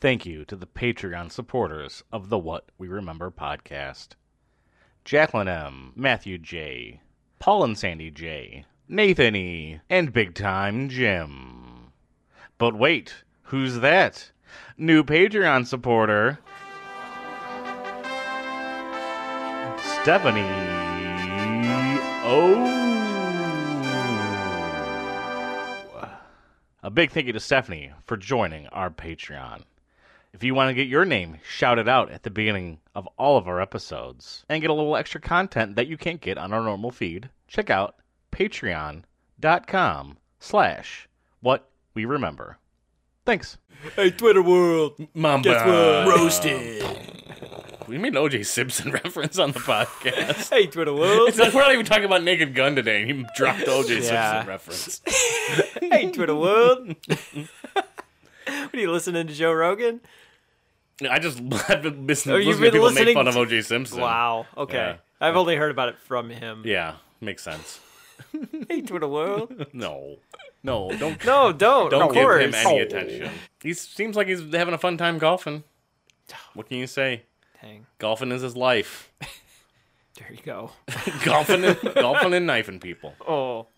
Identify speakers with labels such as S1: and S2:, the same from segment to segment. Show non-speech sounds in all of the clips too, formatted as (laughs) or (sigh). S1: Thank you to the Patreon supporters of the What We Remember podcast Jacqueline M., Matthew J., Paul and Sandy J., Nathan E., and Big Time Jim. But wait, who's that? New Patreon supporter, Stephanie O. A big thank you to Stephanie for joining our Patreon. If you want to get your name shouted out at the beginning of all of our episodes and get a little extra content that you can't get on our normal feed, check out patreon.com slash what we remember. Thanks.
S2: Hey, Twitter world.
S3: Mamba.
S2: Guess what?
S3: Roasted. (laughs) We made an OJ Simpson (laughs) reference on the podcast.
S2: Hey, Twitter
S3: (laughs)
S2: world.
S3: It's like we're not even talking about Naked Gun today, and you dropped the OJ
S2: Yeah.
S3: Simpson reference.
S2: hey,
S4: (laughs)
S2: Twitter world. what are you listening to, Joe Rogan?
S3: I just (laughs) I've been listening,
S2: Oh,
S3: listening
S2: you've
S3: to
S2: been
S3: people
S2: listening
S3: make fun
S2: to-
S3: of OJ Simpson.
S2: Wow. Okay.
S3: Yeah.
S2: I've only heard about it from him.
S3: Yeah, makes sense.
S2: Hey,
S4: (laughs)
S2: Twitter world.
S3: No, no, (laughs) don't
S2: No, don't.
S3: don't
S2: of
S3: give
S2: course. Oh.
S3: him any attention. He seems like he's having a fun time golfing. What can you say?
S2: Dang.
S3: Golfing is his life. (laughs)
S2: There you go.
S3: golfing, and,
S2: (laughs)
S3: golfing, and knifing people.
S2: Oh.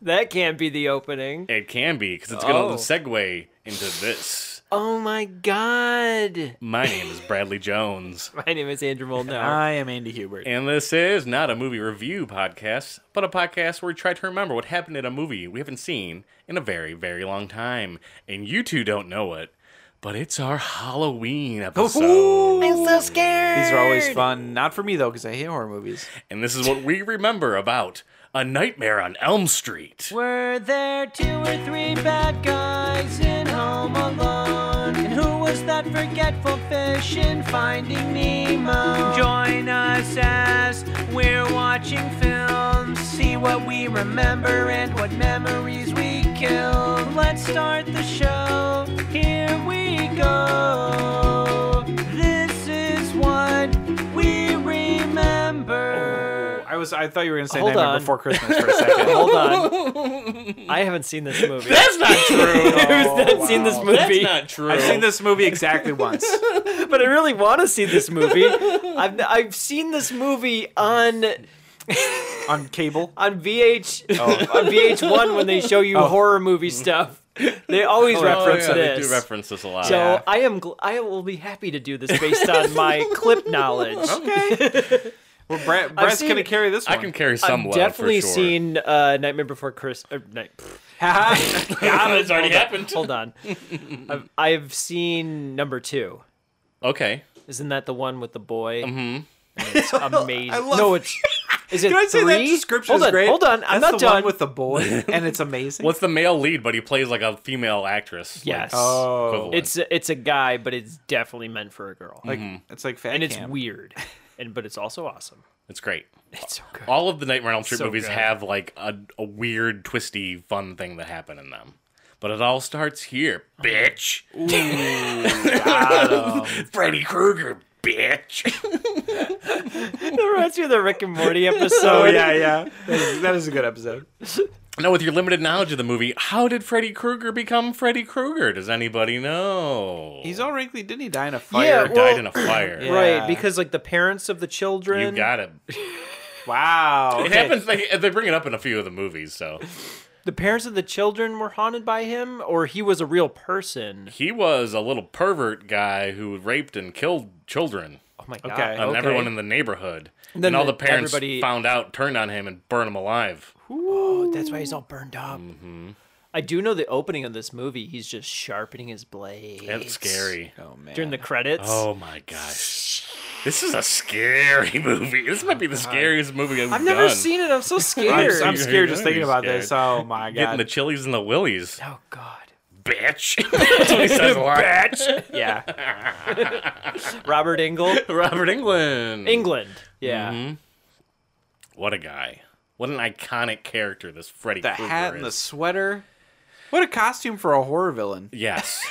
S2: That can't be the opening. (laughs)
S3: It can be because it's going to
S2: Oh.
S3: segue into this.
S2: Oh my god.
S3: My name is Bradley Jones.
S2: My name is Andrew Moldenauer.
S4: I am Andy Hubert.
S3: And this is not a movie review podcast, but a podcast where we try to remember what happened in a movie we haven't seen in a very, very long time. And you two don't know it, but it's our Halloween episode.
S2: I'm so scared.
S4: These are always fun. Not for me though, because I hate horror movies.
S3: And this is what we remember about A Nightmare on Elm Street.
S2: Were there two or three bad guys in Home Alone? And who was that forgetful fish in Finding Nemo? Join us as we're watching films. See what we remember and what memories we kill. Let's start the show. Here we go. Oh, This is what we remember.
S4: I was I thought you were gonna say
S2: Hold
S4: Nightmare
S2: on.
S4: Before Christmas for a
S2: (laughs)
S4: second.
S2: Hold on. (laughs) I haven't seen this movie.
S3: That's
S2: (laughs)
S3: not true.
S2: Who's not seen this
S3: That's
S2: movie?
S3: not true.
S4: I've seen this movie exactly once.
S2: but I really want to see this (laughs) movie. I've I've seen this movie on
S4: On cable.
S2: on VH on VH1 when they show you horror movie stuff. They always
S3: Oh,
S2: reference
S3: yeah,
S2: this.
S3: They do reference this a lot.
S2: so
S4: Yeah.
S2: I am gl- I will be happy to do this based on (laughs) my clip knowledge.
S3: Oh,
S4: Well Brad Brad's
S2: seen
S4: gonna
S2: it.
S4: carry this
S3: I
S4: one. (laughs)
S3: can (laughs) carry
S2: I've
S3: some load
S2: definitely
S3: for sure.
S2: seen uh, Nightmare Before Christmas. Uh, night- (laughs)
S3: Yeah, Ah, it's already happened.
S2: hold on, I've, I've seen number two.
S3: Okay.
S2: Isn't that the one with the boy? Mm-hmm.
S4: (laughs)
S2: It's amazing. no, it's. Is it
S4: Can I say
S2: three?
S4: that description
S2: hold
S4: is
S2: on,
S4: great?
S2: Hold on, I'm
S4: That's
S2: not
S4: the
S2: done.
S4: one with the boy, and it's amazing.
S3: What's the male lead, but he plays like a female actress? like,
S2: Yes.
S4: Oh.
S3: equivalent.
S2: It's a, it's a guy, but it's definitely meant for a girl,
S4: like it's like fat
S2: and it's (laughs)
S4: cam.
S2: weird, and but it's also awesome.
S3: it's great.
S2: It's so good.
S3: All of the Nightmare on Elm Street
S2: So
S3: movies
S2: good.
S3: have like a, a weird, twisty, fun thing that happened in them. But it all starts here, bitch. (laughs) Freddy Krueger, bitch.
S2: It reminds me of the Rick and Morty episode.
S4: (laughs) Oh yeah, yeah. (laughs) That is, that is a good episode.
S3: now, with your limited knowledge of the movie, how did Freddy Krueger become Freddy Krueger? Does anybody know?
S4: He's all wrinkly. Didn't he die in a fire?
S2: Yeah,
S3: died
S2: well-
S3: in a fire.
S4: Yeah.
S2: Right, because like the parents of the children.
S3: You got it.
S4: (laughs) Wow.
S3: It happens. They, they bring it up in a few of the movies. So
S2: The parents of the children were haunted by him, or he was a real person.
S3: he was a little pervert guy who raped and killed children.
S2: Oh my god.
S4: Okay.
S3: on
S4: Okay.
S3: everyone in the neighborhood. And,
S2: then
S3: all
S2: the-
S3: the parents
S2: everybody-
S3: found out, turned on him, and burned him alive.
S2: Oh, that's why he's all burned up. Mm-hmm. I do know the opening of this movie. He's just sharpening his blade.
S3: That's scary.
S4: Oh man.
S2: During the credits.
S3: Oh my gosh. This is a scary (laughs) movie. This might be the scariest movie I've,
S2: I've never
S3: done.
S2: seen it. I'm so
S4: (laughs) I'm,
S2: scared.
S4: I'm
S3: You're
S4: scared just
S3: gonna be
S4: thinking about
S3: scared.
S4: this. Oh my god.
S3: Getting the chilies and the willies,
S2: oh god.
S3: bitch. That's what he says a lot. bitch.
S4: yeah.
S2: Robert Engel.
S3: (laughs) Robert Mm-hmm. England.
S2: England. Yeah.
S3: What a guy. What an iconic character this
S4: (laughs)
S3: Freddy
S4: The
S3: Krueger
S4: hat and the
S3: is.
S4: sweater. What a costume for a horror villain.
S3: Yes.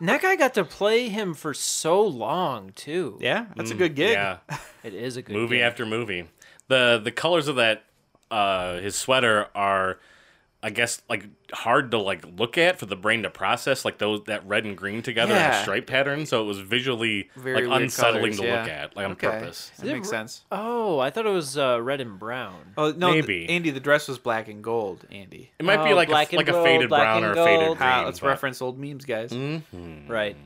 S2: And that guy got to play him for so long too.
S4: Mm, Yeah, that's a good gig.
S3: yeah.
S2: It is a good
S3: movie
S2: game.
S3: after movie. The the colors of that uh his sweater are I guess like hard to like look at for the brain to process like those that red and green together in a
S5: Yeah.
S3: stripe pattern. So it was visually
S5: Very
S3: like
S5: weird
S3: unsettling
S5: colours,
S3: to
S5: yeah.
S3: look at like on
S5: Okay.
S3: purpose.
S5: That makes sense.
S2: Oh, I thought it was uh, red and brown.
S5: Oh no, th-
S3: Maybe.
S5: Andy, the dress was black and gold. Andy,
S3: It might be
S2: Oh,
S3: like a,
S2: black
S3: f-
S2: and
S3: like a
S2: gold,
S3: faded
S2: black
S3: brown or
S2: and
S3: a faded
S2: gold.
S3: green.
S5: Ah, let's
S3: but- Mm,
S5: reference old memes, guys.
S2: Right.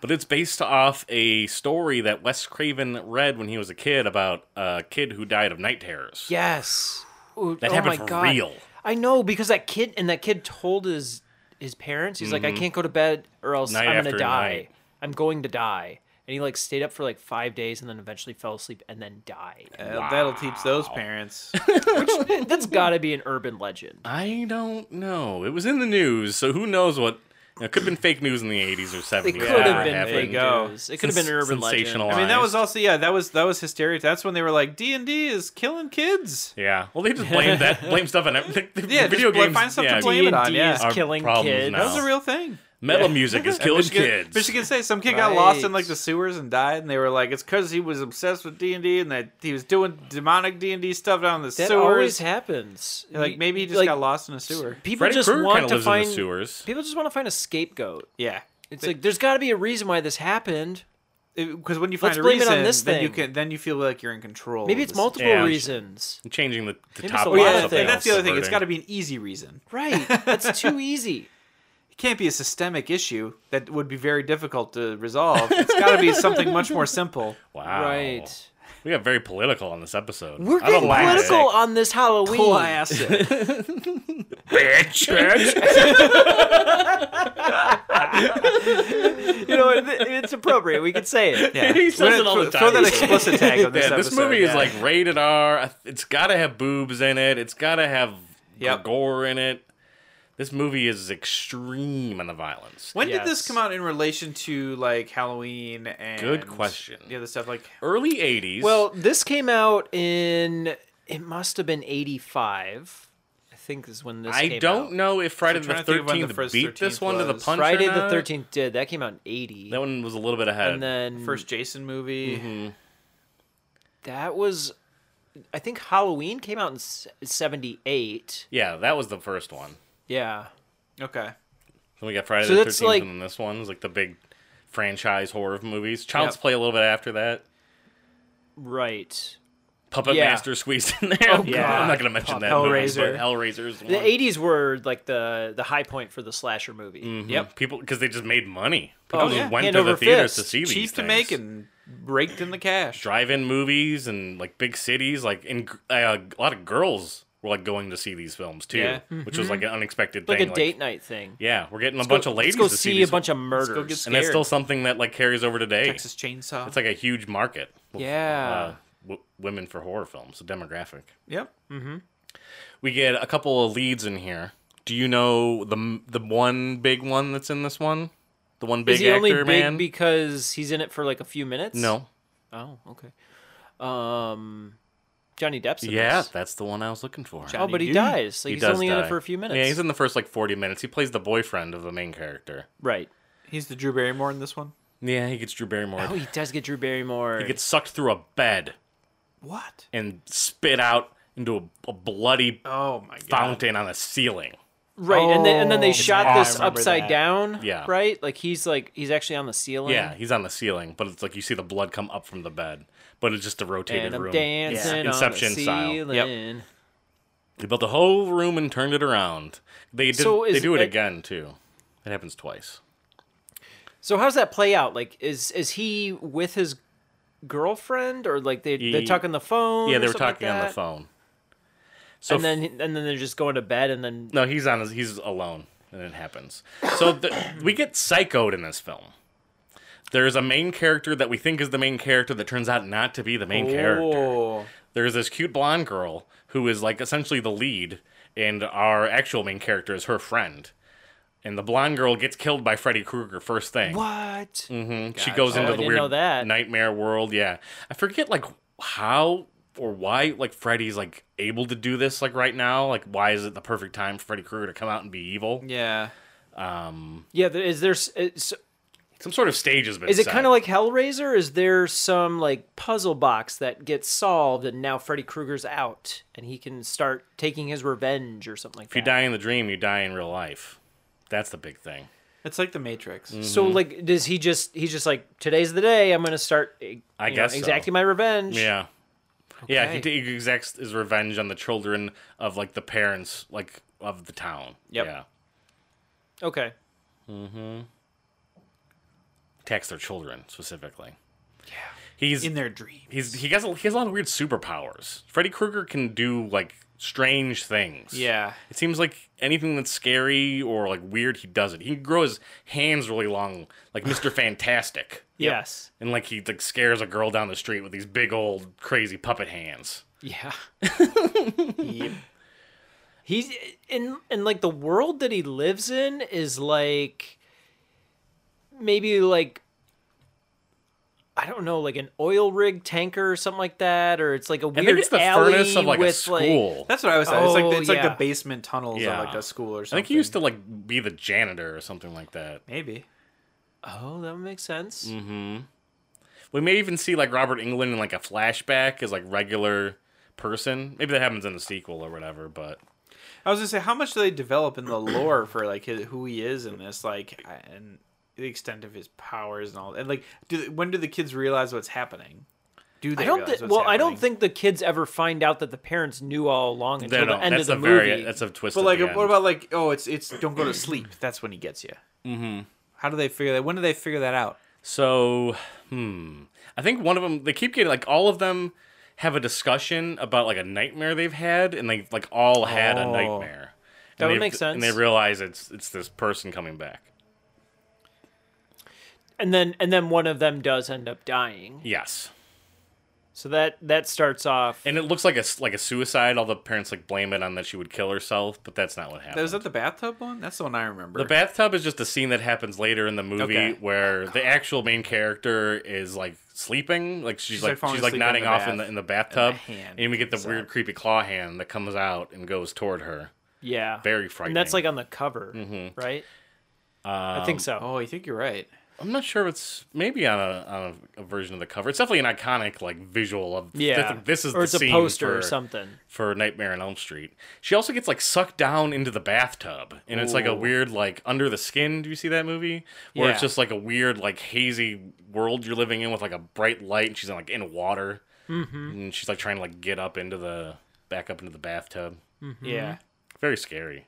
S3: But it's based off a story that Wes Craven read when he was a kid about a kid who died of night terrors.
S2: Yes. Ooh,
S3: That
S2: oh
S3: happened
S2: my
S3: for
S2: God.
S3: real.
S2: I know because that kid and that kid told his his parents he's like I can't go to bed or else
S3: Mm-hmm. Night
S2: I'm gonna
S3: after
S2: die.
S3: night.
S2: I'm going to die. And he like stayed up for like five days and then eventually fell asleep and then died.
S5: (laughs) Uh, That'll teach those
S3: (laughs)
S5: parents.
S2: That's got to be an urban legend.
S3: I don't know. It was in the news, so who knows what? It could have been fake news in the 80s or 70s.
S2: It could
S3: whatever
S2: have been
S3: happened.
S2: fake
S5: go.
S2: news. It could have been an urban legend.
S3: Sensationalized.
S5: I mean, that was also yeah, that was that was hysteria. That's when they were like, D and D is killing kids.
S3: Yeah. Well, they just blame
S5: (laughs)
S3: that, blame stuff on everything. The
S5: Yeah, just
S3: video
S5: blame-
S3: games.
S5: find stuff to
S3: yeah,
S5: blame it on,
S2: D&D
S5: yeah.
S2: is
S3: Our
S2: killing
S3: problems
S2: kids.
S3: now.
S5: That was a real thing.
S3: Metal music is killing
S5: Michigan,
S3: kids.
S5: Michigan State. Some kid got
S2: Right.
S5: lost in like the sewers and died, and they were like, "It's because he was obsessed with D and D, and that he was doing demonic D and D stuff down in the
S2: That always
S5: sewers."
S2: happens.
S5: Like maybe he just
S2: Like,
S5: got lost in a sewer.
S2: People
S3: Freddy
S2: just
S3: Krueger kind
S2: want
S3: of
S2: to
S3: lives
S2: find
S3: in the sewers.
S2: people just want to find a scapegoat.
S5: Yeah,
S2: It's like there's got to be a reason why this happened.
S5: because when you find
S2: Let's
S5: a
S2: blame it
S5: reason,
S2: on this
S5: then you
S2: thing.
S5: can then you feel like you're in control.
S2: Maybe
S5: of
S2: it's
S5: this.
S2: multiple
S3: Yeah.
S2: reasons.
S3: Changing the, the
S2: Maybe
S3: top.
S2: it's a
S3: of
S2: lot
S5: Yeah,
S2: of
S3: something
S2: things.
S5: and that's the other thing. It's
S3: subverting.
S5: got to be an easy reason.
S2: Right.
S3: (laughs)
S2: That's too easy.
S5: It can't be a systemic issue that would be very difficult to resolve. It's
S2: (laughs)
S5: got to be something much more simple.
S3: Wow.
S2: Right.
S3: We got very political on this episode.
S2: We're
S3: I don't
S2: getting
S3: like
S2: political on this Halloween.
S5: Classic.
S3: it.
S5: (laughs)
S3: Bitch.
S2: You know, it- it's appropriate. We could
S3: (laughs)
S2: say it.
S5: Yeah.
S3: He says it all
S5: Throw-
S3: the
S5: Throw
S3: time.
S5: that
S3: (laughs)
S5: explicit tag on this
S3: Yeah, this
S5: episode,
S3: movie is
S5: yeah.
S3: like rated R. I th- It's got to have boobs in it. It's got to have
S5: Yep.
S3: gore in it. This movie is extreme in the violence.
S5: When did this
S2: Yes.
S5: come out in relation to like Halloween and
S3: Good question.
S5: The other stuff like
S3: Early 80s.
S2: Well, this came out in it must have been 85. I think is when this
S3: I
S2: came
S3: don't
S2: out.
S3: know if Friday
S5: So
S3: the
S5: trying to think of when the
S3: 13th
S5: first
S3: beat this
S5: 13th
S3: one to the
S5: was.
S3: punch. or
S2: Friday the
S3: not.
S2: 13th did. That came out in 80.
S3: That one was a little bit ahead.
S2: and then
S5: first Jason movie.
S3: Mm-hmm.
S2: that was I think Halloween came out in s- 78.
S3: yeah, that was the first one.
S2: Yeah.
S5: Okay.
S3: Then we got Friday
S2: So
S3: the 13th
S2: that's like-
S3: and then this one's like the big franchise horror movies. Child's
S5: Yep.
S3: Play a little bit after that.
S2: Right.
S3: Puppet
S2: Yeah.
S3: Master squeezed in (laughs) there.
S2: God.
S3: I'm not going to mention that.
S5: Oh, Hellraiser.
S3: Movie, but Hellraiser's
S2: The
S3: one.
S2: 80s were like the the high point for the slasher movie.
S3: Yep. People because they just made money. People
S2: Oh,
S3: just
S2: yeah.
S3: went
S2: Hand
S3: to the
S2: over
S3: theaters to
S2: fist.
S3: see these
S5: Cheap to
S3: things.
S5: make and raked in the cash.
S3: drive-in movies and like big cities. Like in gr- uh, a lot of girls were like going to see these films too,
S5: Yeah.
S3: which was like an unexpected
S2: Mm-hmm. Like
S3: thing.
S2: a date night thing.
S3: Yeah, we're getting a bunch of ladies
S2: Let's go
S3: to
S2: see,
S3: see, these
S2: a bunch of
S5: go
S2: murders.
S5: get
S3: and that's still
S5: scared.
S3: something that like carries over today.
S5: Texas Chainsaw.
S3: It's like a huge market.
S2: yeah.
S3: Uh, w- women for horror films, a demographic.
S5: yep.
S3: We get a couple of leads in here. Do you know the m- the one big one that's in this one? The one big
S2: Is he
S3: actor
S2: only big
S3: man?
S2: because he's in it for like a few minutes?
S3: no.
S2: Oh, okay. Um, Johnny Depp's. In
S3: Yeah,
S2: This.
S3: that's the one I was looking for.
S2: Oh, but he
S5: Johnny Depp.
S2: dies. Like he's only in
S3: die.
S2: it for a few minutes.
S3: Yeah, he's in the first like 40 minutes. He plays the boyfriend of the main character.
S2: right.
S5: He's the Drew Barrymore in this one.
S3: Yeah, he gets Drew Barrymore.
S2: Oh, he does get Drew Barrymore.
S3: He gets sucked through a bed
S5: What?
S3: and spit out into a, a bloody
S5: Oh my god.
S3: fountain on the ceiling.
S2: right, and then and then they
S5: Oh,
S2: shot
S5: yeah, I
S2: this
S5: remember
S2: upside
S5: that.
S2: down.
S3: Yeah.
S2: Right. Like he's like he's actually on the ceiling.
S3: Yeah, he's on the ceiling, but it's like you see the blood come up from the bed, but it's just a rotated
S2: And I'm
S3: room.
S2: dancing on
S3: Inception
S2: the
S3: style.
S2: ceiling.
S5: Yep.
S3: They built the whole room and turned it around. They did,
S2: So
S3: they
S2: is
S3: do it
S2: it-
S3: again too. It happens twice.
S2: So how's that play out? Like, is is he with his girlfriend or like they they
S3: He-
S2: talk on the phone?
S3: Yeah,
S2: or
S3: they were
S2: something like
S3: talking on the
S2: that?
S3: phone. So
S2: and then and then they're just going to bed and then
S3: No, he's on. His, he's alone, and it happens. So the, (coughs) we get psychoed in this film. There's a main character that we think is the main character that turns out not to be the main character.
S5: Oh.
S3: There's this cute blonde girl who is like essentially the lead, and our actual main character is her friend. And the blonde girl gets killed by Freddy Krueger first thing.
S2: what?
S5: Mm.
S2: Oh,
S3: And She goes into
S2: I
S3: the
S2: didn't
S3: weird
S2: know that.
S3: nightmare world. Yeah, I forget like how or why like Freddy's like able to do this like right now. Like why is it the perfect time for Freddy Krueger to come out and be evil?
S5: Yeah.
S2: Yeah, there, is there? s- It's,
S3: Some sort of stage has been.
S2: Is it
S3: set.
S2: kind of like Hellraiser? Is there some like puzzle box that gets solved and now Freddy Krueger's out and he can start taking his revenge or something like
S3: if you
S2: that?
S3: die in the dream, you die in real life? That's the big thing.
S5: It's like the Matrix.
S2: So
S3: mm-hmm.
S2: like, does he just he's just like today's the day I'm gonna start? eh,
S3: I
S2: you
S3: guess so.
S2: know, exacting my revenge.
S3: Yeah. Yeah, he,
S2: Okay.
S3: he exacts his revenge on the children of like the parents, like of the town.
S5: Yep.
S3: Yeah,
S2: Okay.
S3: attacks their children specifically. Yeah, he's
S5: In their dream.
S3: he's he has a, he has a lot of weird superpowers. Freddy Krueger can do like strange things.
S5: Yeah.
S3: It seems like anything that's scary or like weird, he does it. He can grow his hands really long, like Mister Fantastic,
S2: Yes.
S3: and like he like scares a girl down the street with these big old crazy puppet hands. (laughs)
S2: Yeah. He's in and like the world that he lives in is like maybe like I don't know, like an oil rig tanker or something like that, or it's like a
S3: I
S2: weird
S3: think it's the
S2: alley
S3: furnace of like
S2: with
S3: a school.
S5: That's what I was saying. it's like
S2: Oh,
S5: the, it's like
S2: yeah.
S5: the basement tunnels
S3: Yeah.
S5: of like a school or
S3: I
S5: something.
S3: think he used to like be the janitor or something like that.
S5: maybe.
S2: Like, oh, that makes sense.
S3: Mm-hmm. We may even see like Robert England in like a flashback as like regular person. Maybe that happens in the sequel or whatever. But
S5: I was gonna say, how much do they develop in the lore for like his, who he is in this, like, and the extent of his powers and all, and like, do when do the kids realize what's happening? Do they?
S2: I don't
S5: realize
S2: think.
S5: what's
S2: Well, I don't
S5: happening?
S2: think the kids ever find out that the parents knew all along
S3: they
S2: until the
S3: don't-
S2: end of
S3: that's
S2: the
S3: a
S2: movie.
S3: very that's a twist.
S5: But
S3: at
S5: like,
S3: the
S5: what
S3: end.
S5: about like, oh, it's it's don't go to sleep. That's when he gets you. Mm-hmm. How do they figure that? When do they figure that out?
S3: So, hmm. I think one of them, they keep getting, like, all of them have a discussion about, like, a nightmare they've had, and they've, like, all had a
S5: Oh.
S3: nightmare.
S2: That
S3: and
S2: would
S3: they-
S2: make sense.
S3: And they realize it's it's this person coming back.
S2: and then and then one of them does end up dying.
S3: Yes.
S2: So that that starts off.
S3: And it looks like a, s- like a suicide. All the parents, like, blame it on that she would kill herself, but that's not what happened.
S5: That was that the bathtub one? That's the one I remember.
S3: The bathtub is just a scene that happens later in the movie
S5: Okay. Oh,
S3: where the actual main character is like sleeping, like she's,
S5: like,
S3: like,
S5: falling
S3: she's like
S5: asleep in
S3: nodding
S5: the
S3: off
S5: bath,
S3: in the in the bathtub,
S5: hand
S3: and, we get the
S5: comes
S3: weird, creepy claw hand that comes out and goes toward her.
S2: yeah.
S3: Very frightening.
S2: And that's like on the cover,
S3: Mm-hmm.
S2: right?
S3: Um,
S2: I think so.
S5: oh, I think you're right.
S3: I'm not sure if it's maybe on a on a, a version of the cover. It's definitely an iconic like visual of
S2: yeah.
S3: This, this is
S2: or
S3: the
S2: it's a
S3: scene
S2: poster
S3: for,
S2: or something.
S5: Mm-hmm.
S3: for Nightmare on Elm Street. She also gets like sucked down into the bathtub, and it's like a
S5: Ooh.
S3: weird like under the skin. Do you see that movie? Where it's
S2: Yeah.
S3: just like a weird like hazy world you're living in with like a bright light, and she's like in water, mm-hmm. and she's like trying to like get up into the back up into the bathtub.
S2: Mm-hmm.
S5: Yeah.
S3: Very scary.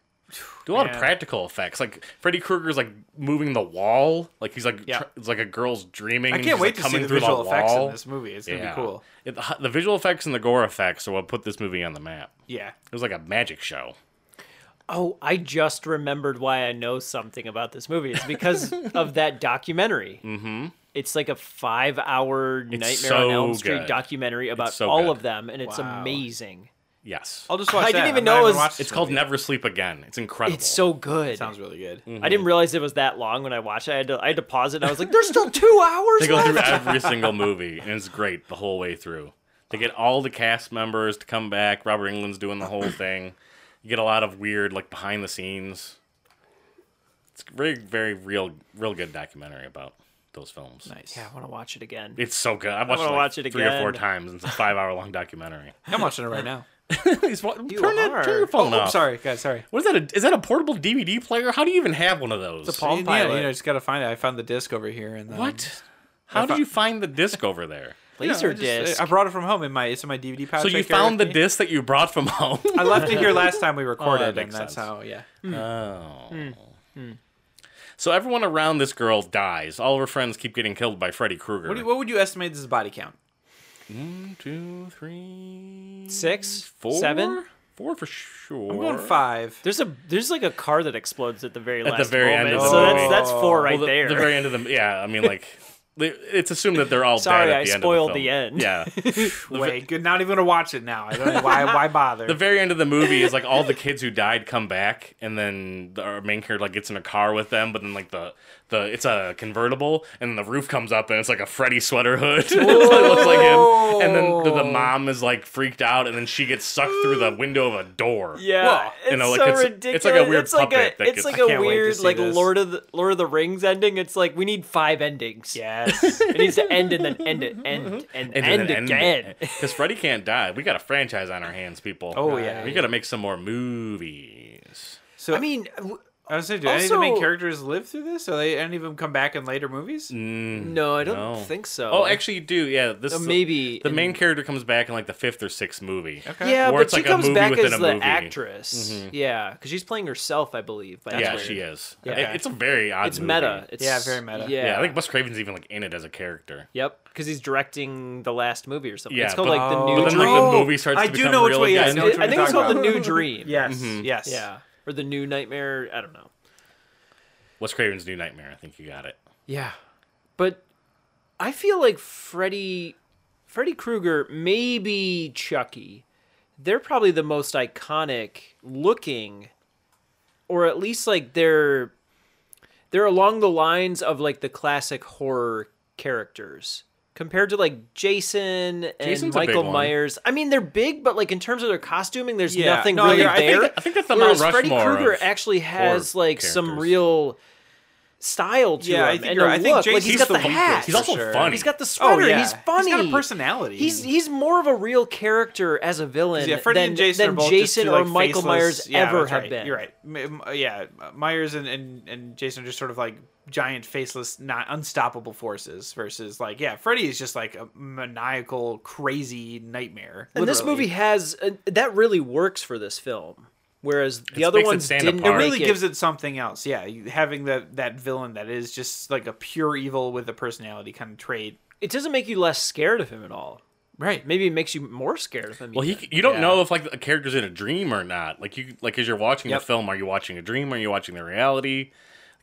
S3: Do a lot of
S5: Yeah.
S3: practical effects, like Freddy Krueger's like moving the wall, like he's like
S5: Yeah.
S3: tr- it's like a girl's dreaming.
S5: I
S3: and
S5: can't
S3: she's,
S5: wait
S3: like,
S5: to see
S3: coming
S5: the
S3: through
S5: visual effects
S3: wall.
S5: in this movie. It's gonna
S3: Yeah.
S5: be cool.
S3: It- the- the visual effects and the gore effects are what put this movie on the map.
S5: Yeah.
S3: It was like a magic show.
S2: Oh, I just remembered why I know something about this movie. It's
S3: (laughs)
S2: because of that documentary. Mm-hmm. It's like a five-hour Nightmare
S3: so
S2: on Elm Street
S3: good.
S2: documentary about
S3: so
S2: all
S3: good.
S2: of them, and it's
S5: Wow.
S2: amazing.
S3: Yes.
S5: I'll just watch.
S2: I
S5: that.
S2: didn't even
S5: I'm not
S2: know it was-
S5: watching
S3: It's
S5: this
S3: called
S5: movie.
S3: Never Sleep Again. It's incredible.
S2: It's so good.
S5: Sounds really good.
S2: I didn't realize it was that long when I watched it. I had to, I had to pause it. and I was like,
S3: (laughs)
S2: "There's still two hours."
S3: They go
S2: left?"
S3: through every
S2: (laughs)
S3: single movie, and it's great the whole way through. They get all the cast members to come back. Robert England's doing the whole thing. You get a lot of weird, like behind the scenes. It's very, very real, real good documentary about those films.
S5: Nice.
S2: Yeah, I want to watch it again.
S3: It's so good. I watched it,
S2: wanna
S3: like
S2: watch it
S3: three or four
S2: again.
S3: times. and It's a five-hour-long
S2: (laughs)
S3: documentary.
S5: I'm watching it right now.
S3: It's- turn, it, turn
S2: are.
S3: your phone
S5: Oh,
S3: off.
S5: I'm sorry, guys. Sorry.
S3: What is that? A, is that a portable DVD player? How do you even have one of those?
S2: It's a Palm
S5: yeah,
S2: Pilot.
S5: you know, just gotta find it. I found the disc over here, and um,
S3: What? How
S5: I
S3: did
S5: fo-
S3: you find the disc over there?
S5: (laughs) you know, I
S2: Laser
S5: just-
S2: disc.
S5: I brought it from home in my it's in my DVD pouch.
S3: So
S5: I
S3: you
S5: carry
S3: found the
S5: with me.
S3: disc that you brought from (laughs) home.
S5: I left it here last time we recorded, and
S3: makes
S5: that's
S3: sense.
S5: how. Yeah.
S3: Oh.
S5: Hmm.
S3: So everyone around this girl dies. All of her friends keep getting killed by Freddy Krueger.
S5: What, do you, what would you estimate this body count?
S3: One, two, three,
S2: Six,
S3: four,
S2: seven?
S3: four for sure.
S5: I'm going five.
S2: There's a there's like a car that explodes at the very
S3: the
S2: last
S3: very end
S2: moment.
S3: of the
S2: so
S3: movie.
S2: that's that's four right
S3: Well, the,
S2: there.
S3: The very end of the yeah. I mean, like
S5: (laughs)
S3: they- it's assumed that they're all
S2: Sorry,
S3: dead.
S2: I
S3: at the
S2: spoiled the
S3: end.
S2: end.
S5: (laughs)
S3: of the film. Yeah.
S5: Wait, good. Not even gonna watch it now. I don't know why. Why bother?
S3: the very end of the movie is like all the kids who died come back, and then the- our main character like gets in a car with them, but then like the the it's a convertible, and the roof comes up, and it's like a Freddy sweater hood. (laughs) it looks like him. And then the, the mom is like freaked out, and then she gets sucked through the window of a door.
S2: (laughs) Yeah,
S3: Well,
S2: it's
S3: you know, like
S2: so
S3: it's,
S2: ridiculous.
S3: It's like a weird
S2: it's like
S3: puppet
S2: a,
S3: that
S2: it's
S3: gets. (laughs)
S2: like
S5: I
S2: a
S5: can't wait to
S2: weird
S5: see
S2: like
S5: this.
S2: Lord of the Lord of the Rings ending. It's like we need five endings.
S5: Yes.
S2: It needs to end and then
S3: (laughs)
S2: end it,
S3: Mm-hmm.
S2: end and, end, again.
S3: Because Freddy can't die. We got a franchise on our hands, people.
S5: Oh, yeah.
S3: We got to make some more movies.
S5: So
S2: I mean, w-
S5: I was saying, do any of the main
S2: also-
S5: characters live through this? Or they any of them come back in later movies?
S3: Mm,
S2: (laughs) no, I don't
S3: no.
S2: think so.
S3: Oh, actually, you do. Yeah, this
S2: Uh,
S3: is-
S2: maybe
S3: the main
S2: in-
S3: character comes back in like the fifth or sixth movie.
S5: Okay.
S2: Yeah,
S3: Or
S2: but
S3: it's
S2: she
S3: like a
S2: comes
S3: movie
S2: back
S3: within
S2: as
S3: a
S2: the
S3: movie. Mm-hmm.
S2: actress. Yeah, because she's playing herself, I believe. That's
S3: yeah,
S2: weird.
S3: she is.
S2: Yeah.
S3: It- it's a very odd.
S2: It's
S3: movie.
S2: meta. It's,
S5: Yeah, very meta.
S2: Yeah,
S3: Yeah. I think Wes Craven's even like in it as a character.
S2: Yep, because he's directing the last movie or something.
S3: Yeah,
S2: it's called
S3: but-
S2: like the
S5: Oh.
S2: new
S3: But then
S2: dream.
S3: like the movie starts
S5: I
S3: to
S5: do
S3: become
S5: know which
S3: real
S5: way- yeah, I
S3: again.
S5: know which
S2: I think it's
S5: talking
S2: called the
S5: about.
S2: new dream.
S5: (laughs) Yes. Yes.
S2: Mm-hmm. yeah, or the new nightmare. I don't know.
S3: Wes Craven's New Nightmare. I think you got it.
S2: Yeah, but I feel like Freddy, Freddy Krueger, maybe Chucky. They're probably the most iconic looking, or at least like they're they're along the lines of like the classic horror characters compared to like Jason and
S3: Jason's a big
S2: Michael
S3: one.
S2: Myers. I mean, they're big, but like in terms of their costuming, there's
S5: Yeah.
S2: nothing
S5: No,
S2: really
S5: yeah, I think
S2: there.
S5: that-
S3: I think that's the
S2: Whereas
S3: Mount
S2: Freddy
S3: Rushmore
S2: Krueger
S3: of
S2: actually has
S3: horror
S2: like some
S3: characters.
S2: real style to
S5: Yeah,
S2: him
S5: I think
S2: and
S5: you're,
S2: a
S5: I think
S2: look.
S5: Jason's
S2: like he's got the,
S5: the, weakest,
S2: hat.
S3: He's also
S5: for sure.
S3: funny.
S2: He's got the sweater.
S5: yeah.
S2: He's
S5: He's got a
S2: funny.
S5: personality.
S2: He's he's more of a real character as a villain
S5: Yeah, Freddy
S2: than,
S5: and Jason
S2: than
S5: are both just
S2: Jason
S5: two,
S2: or
S5: like,
S2: Michael
S5: faceless-
S2: Myers
S5: yeah,
S2: ever
S5: that's
S2: have
S5: right.
S2: been.
S5: You're right. M- m- yeah, Myers and, and and Jason are just sort of like giant, faceless, not unstoppable forces. Versus like, yeah, Freddy is just like a maniacal, crazy nightmare.
S2: And this
S5: literally.
S2: movie has uh, that really works for this film, whereas the other
S3: makes it
S2: ones
S3: stand
S2: didn't.
S3: apart.
S5: it
S3: It
S5: really gives it something else. Yeah, you- having that that villain that is just like a pure evil with a personality kind of trait.
S2: It doesn't make you less scared of him at all.
S5: Right.
S2: Maybe it makes you more scared of him.
S3: Well, he
S2: even.
S3: you don't
S5: Yeah.
S3: know if like a character's in a dream or not. Like you like as you're watching
S2: Yep.
S3: the film, are you watching a dream? Are you watching the reality?